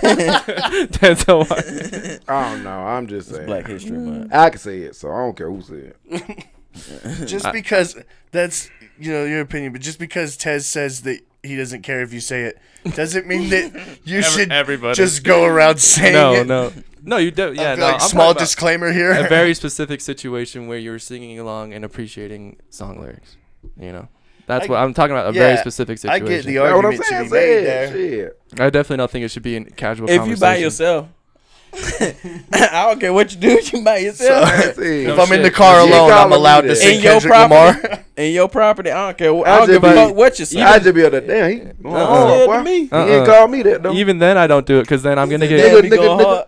nigga. Denzel Washington. I don't know. I'm just saying. Black History Month. I can say it, so I don't care who said. it. Just because that's you know your opinion, but just because Tez says that he doesn't care if you say it, doesn't mean that you should everybody. just go around saying No, it. no, no. You do. Yeah, I feel no. like I'm talking small about disclaimer here. a very specific situation where you're singing along and appreciating song lyrics. You know, that's I- what I'm talking about. A yeah, very specific I situation. get the That's what I'm argument saying. to be made Say it. there. Shit. I definitely don't think it should be in casual. If you by conversation. yourself, I don't care what you do, you by yourself. That's it. if I'm in the shit. car You alone, calling I'm me allowed that. to sing in your Kendrick property, Lamar. in your property, I don't care. wh- I I don't give just a be- fuck what you say. I just be able to damn. He, uh, said to me. he Uh-uh. ain't called me that though. Even then, I don't do it because then I'm gonna Damn, get. he nigga, go nigga,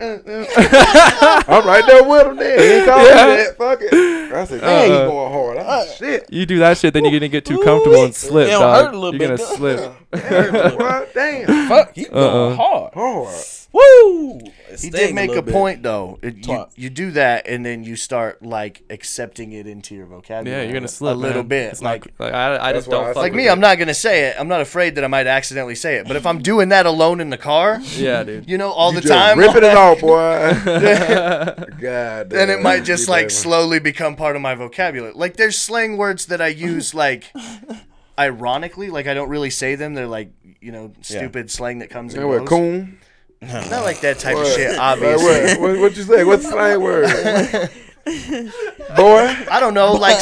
hard. I'm right there with him. Then he ain't called Yeah. me that. Fuck it. I said, dang, Uh-uh. he going hard. I said, shit. You do that shit, then you're gonna get too comfortable and slip, It'll dog. hurt a little you're gonna bit, doesn't slip. What? Damn. Fuck, he Uh-uh. going hard. Hard. Woo! He did make a point though. It- you, Twat. you do that and then you start like accepting it into your vocabulary. Yeah, you're gonna slip a little man. bit. It's like like, like I, I just why I said- don't fuck like with me, it. I'm not gonna say it. I'm not afraid that I might accidentally say it. But if I'm doing that alone in the car, Yeah, dude. you know, all the Just time, Ripping it off, boy. God. then it damn. might just You like better- slowly become part of my vocabulary. Like there's slang words that I use like ironically, like I don't really say them. They're like you know stupid slang that comes Say and what, goes. coon? Not like that type of What? shit. Like, Obviously, what? what? What you say? What's the slang word? Boy. I don't know. Like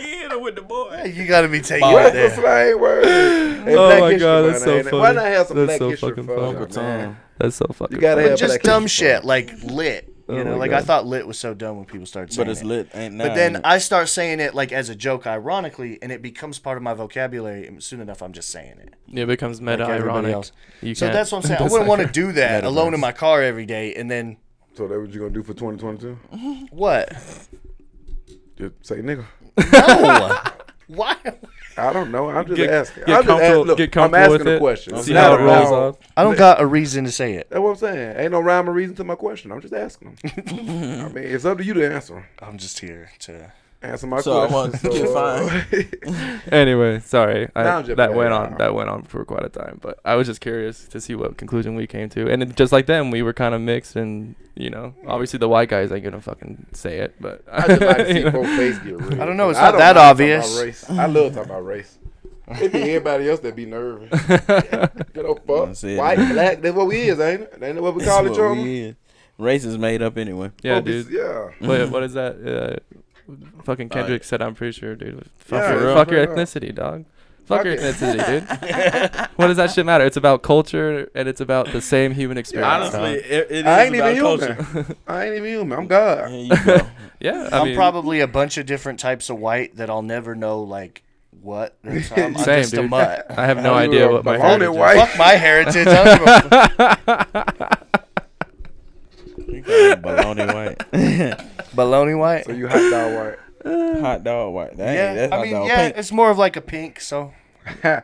Yeah, with the boy. you gotta be taking it What's the there. slang word? Hey, Oh Black my History God, Month, that's so ain't it? Why funny. not have some That's black so history fucking for funny. us, Uncle man? That's so fucking. gotta funny. have- Just like dumb it's shit like lit. You Oh know, my like I God. thought lit was so dumb when people started saying But it's it. lit. Ain't But Um, nah, then ain't- I start saying it like as a joke, ironically, and it becomes part of my vocabulary. And soon enough, I'm just saying it. it becomes meta everybody ironic. else. You So can't- that's what I'm saying. I that's wouldn't like- want to do that alone in my car every day. And then So that what you gonna do for 2022? what? Just say nigga. No. Why? I don't know. I'm just Get- asking. get I'm just comfortable- ask, look, get comfortable I'm with asking a it. question. See It's how not it rolls about- off. I don't got a reason to say it. That's what I'm saying. Ain't no rhyme or reason to my question. I'm just asking them. I mean, it's up to you to answer 'em. I'm just here to. Answer my So I question. want- you're Anyway, sorry. I, Nah, I'm just that playing. went on. That went on for quite a time. But I was just curious to see what conclusion we came to. And it, just like them, we were kind of mixed. And you know, obviously the white guys ain't gonna fucking say it, but I just like to you see know. folks' face get real. I don't know, it's I not mind that talking obvious. about race. I love talking about race. It be everybody else that be nervous. you know, fuck. That's it. White, black, that's what we is, ain't it? Ain't that what we That's call each what other? we is. Race is made up anyway. Oh, yeah, we- dude. Yeah. Wait, what is that? Uh, fucking Kendrick said, "I'm pretty sure, dude." Fuck, Yeah, your, yeah, fuck your yeah. ethnicity, dog. Fuck Fuck your it. ethnicity, dude. what does that shit matter? It's about culture and it's about the same human experience. dog. Honestly, it, it is I ain't about even culture. human. I ain't even human. I'm God. There you go. yeah. I I am mean, probably a bunch of different types of white that I'll never know, like, what. they're from. I'm Same, just a dude. mutt. I have no You idea are what my the only heritage is. white. Fuck my heritage. I don't give a You call it Bologna white. Baloney white? So you hot dog white. hot dog white. That ain't, yeah, that's I hot mean, dog yeah, pink. it's more of like a pink. So I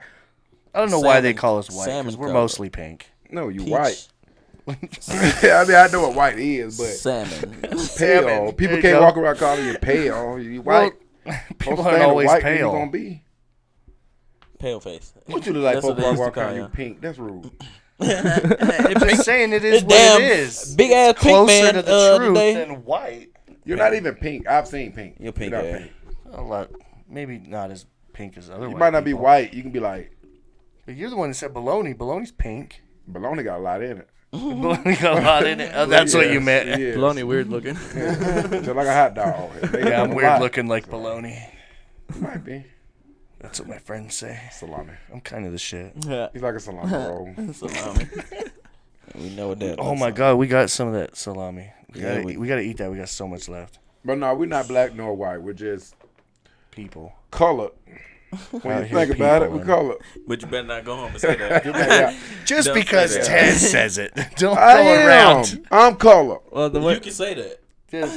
don't know why they Salmon- call us white. 'cause salmon we're color. mostly pink. No, you Peach white. I mean, I know what white is, but salmon. pale. salmon. There People you can't go. walk around calling you pale. You white. People Most aren't thing a always white people pale. gonna be. Pale face. What you look like? That's what Folk walk they used to around call calling you you. pink. That's rude. I'm just saying it is It's what damn it is. big ass pink Closer man to the uh, truth today. than white. You're not even pink. I've seen pink. You're pink, not yeah. A lot, maybe not as pink as other. You might not be white. You can be like, But you're the one that said baloney. Baloney's pink. bologna got a lot in it. Baloney got a lot in it. Oh, that's what you Yes, meant. Yeah, yes. Bologna weird looking. So like a hot dog. They got I'm a weird lot. looking like baloney. Might be That's what my friends say. salami. I'm kind of the shit. He's like a salami roll. Salami. we know what that. Oh is. my god, we got some of that salami. We Yeah, gotta, we- we gotta eat that. We got so much left. But no, we're not black nor white. We're just People. colored. When Out you here think about it, people we're and- colored. But you better not go home and say that. Yeah. Just Don't say because that. Ted says it, don't I go am. around. I'm colored. Well, the you way can say that. Just,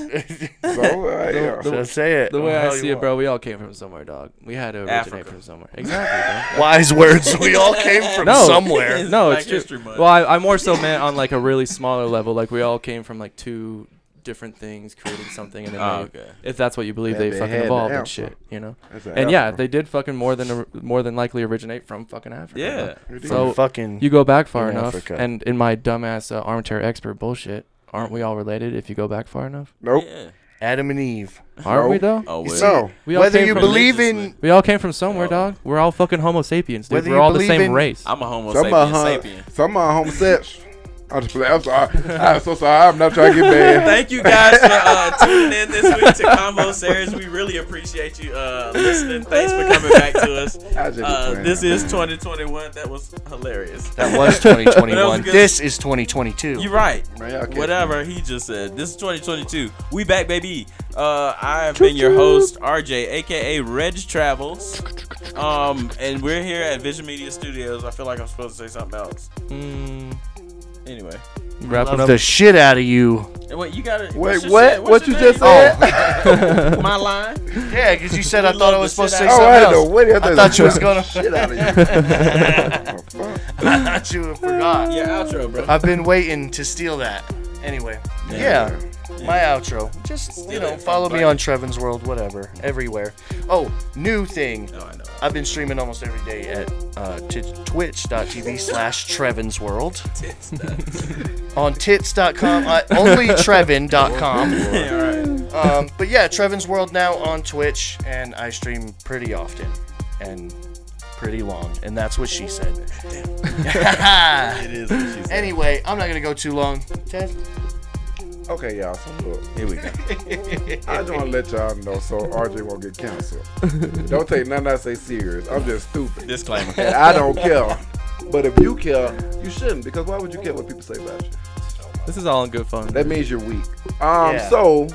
So uh, I am. just say it. the way How I you see it, want. bro, we all came from somewhere, dog. We had to originate Africa. from somewhere. Exactly, Wise words. We all came from No. somewhere. bro. no, Black it's true. History Month. Well, I, I more so meant on like a really smaller level. Like we all came from like two different things, creating something, and then Oh, they- okay. if that's what you believe, Yeah, they, they fucking had the evolved and alpha. shit, you know. That's an And yeah, Africa. they did fucking more than or- more than likely originate from fucking Africa. Yeah. dog. They So From fucking. you go back far in enough, Africa. and in my dumbass uh, armchair expert bullshit, aren't we all related? If you go back far enough, Nope. Yeah. Adam and Eve. aren't we though? Oh well. So We all Whether came you from- believe in, We all came from somewhere, Oh. dog. We're all fucking Homo sapiens, dude. Whether We're you all the believe same in- race. I'm a Homo some are sapien. hum- sapien. some are homosexual. I'm just playing. I'm sorry. I'm so sorry. I'm not trying to get bad. Thank you guys for uh, tuning in this week to Combo Series. We really appreciate you uh, listening. Thanks for coming back to us. I just be Uh, playing. this is 2021. That was hilarious. That was 2021. good. this is 2022. You're right. Man, y'all catch Whatever he just said. This is 2022. We back, baby. Uh, I have been your host, RJ, aka Reg Travels. Um, and we're here at Vision Media Studios. I feel like I'm supposed to say something else. Mm, Anyway, wrapping Love up. the shit out of you. And wait, you gotta Wait, what's your what? shit? What What's you your just name? said? My line. Yeah, because you said I We thought love I was the supposed to say shit Oh, something I didn't know else. what. I thought you was gonna. Shit out of you. I thought you forgot. Your outro, bro. I've been waiting to steal that. Anyway, yeah, my outro. Just you Steal know, it from follow me Buddy. on Trevin's World, whatever, everywhere. Oh, new thing. No, I know. I've been streaming almost every day at uh, t- twitch.tv slash Trevin's World. Tits, that. On tits.com, uh, only Trevin.com. Yeah, all right. Um, but yeah, Trevin's World now on Twitch, and I stream pretty often and pretty long. And that's what she said. It is what she said. anyway, I'm not going to go too long. Ted? Okay, y'all. So look. Here we go. I just want to let y'all know so RJ won't get canceled. don't take nothing I say serious. I'm just stupid. Disclaimer. And I don't care. But if you care, you shouldn't because why would you care what people say about you? This is all in good fun. That means you're weak. Um, Yeah. so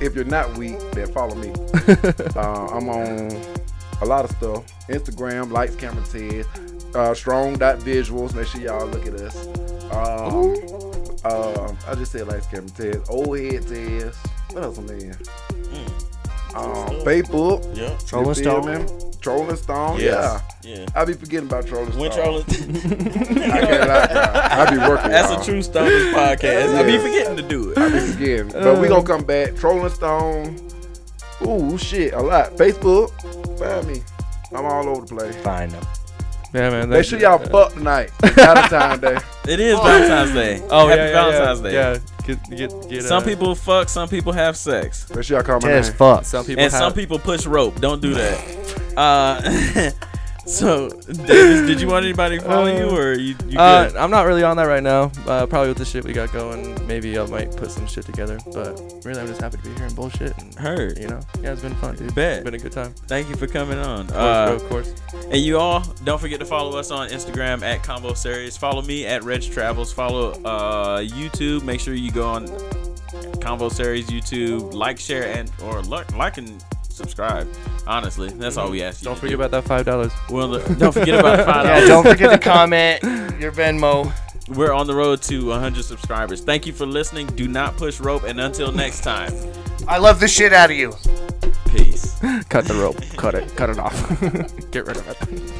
if you're not weak, then follow me. uh, I'm on a lot of stuff: Instagram, lights, camera, Ted, uh, strong dot visuals. Make sure y'all look at us. Um, um, I just said lights, camera, Ted, old head Ted. What else am I in? Mm. Um, Facebook. Yeah. You Rolling feel Stone. me? Trolling Stone. Yes. Yeah. Yeah. I be forgetting about Trolling Stone. When Charlotte. I can't lie, bro. I be working. That's y'all. a true Stoners podcast. I be forgetting to do it. Again, but we gonna come back. Trolling Stone. Ooh, shit, a lot. Facebook, find me. I'm all over the place. Fine. them. yeah, man. Make that- sure y'all fuck tonight. It's Valentine's Day. It is Valentine's Day. Oh Happy yeah, yeah, Valentine's yeah. Day. Yeah, get get get. Some uh, people fuck, some people have sex, Make sure y'all call my Ted as name. fuck. Some people. and have, some people push rope. Don't do that. Uh, so, Davis, did you want anybody to follow you, or you, you Uh, good? I'm not really on that right now. Uh, probably with the shit we got going, maybe I might put some shit together. But really, I'm just happy to be here and bullshit. And, Heard. You know, yeah, it's been fun, dude. Bet. It's been a good time. Thank you for coming on. Of Uh, course, bro, of course. And you all, don't forget to follow us on Instagram at Combo Series. Follow me at Reg Travels. Follow uh, YouTube. Make sure you go on Combo Series YouTube. Like, share, and or like, like and subscribe. Honestly, that's all we ask you. Don't to forget do. about that five dollars. We're on the, don't forget about the five Yeah, dollars. don't forget to comment your Venmo. We're on the road to 100 subscribers. Thank you for listening. Do not push rope. And until next time, I love the shit out of you. peace. Cut the rope. Cut it. Cut it off. Get rid of it.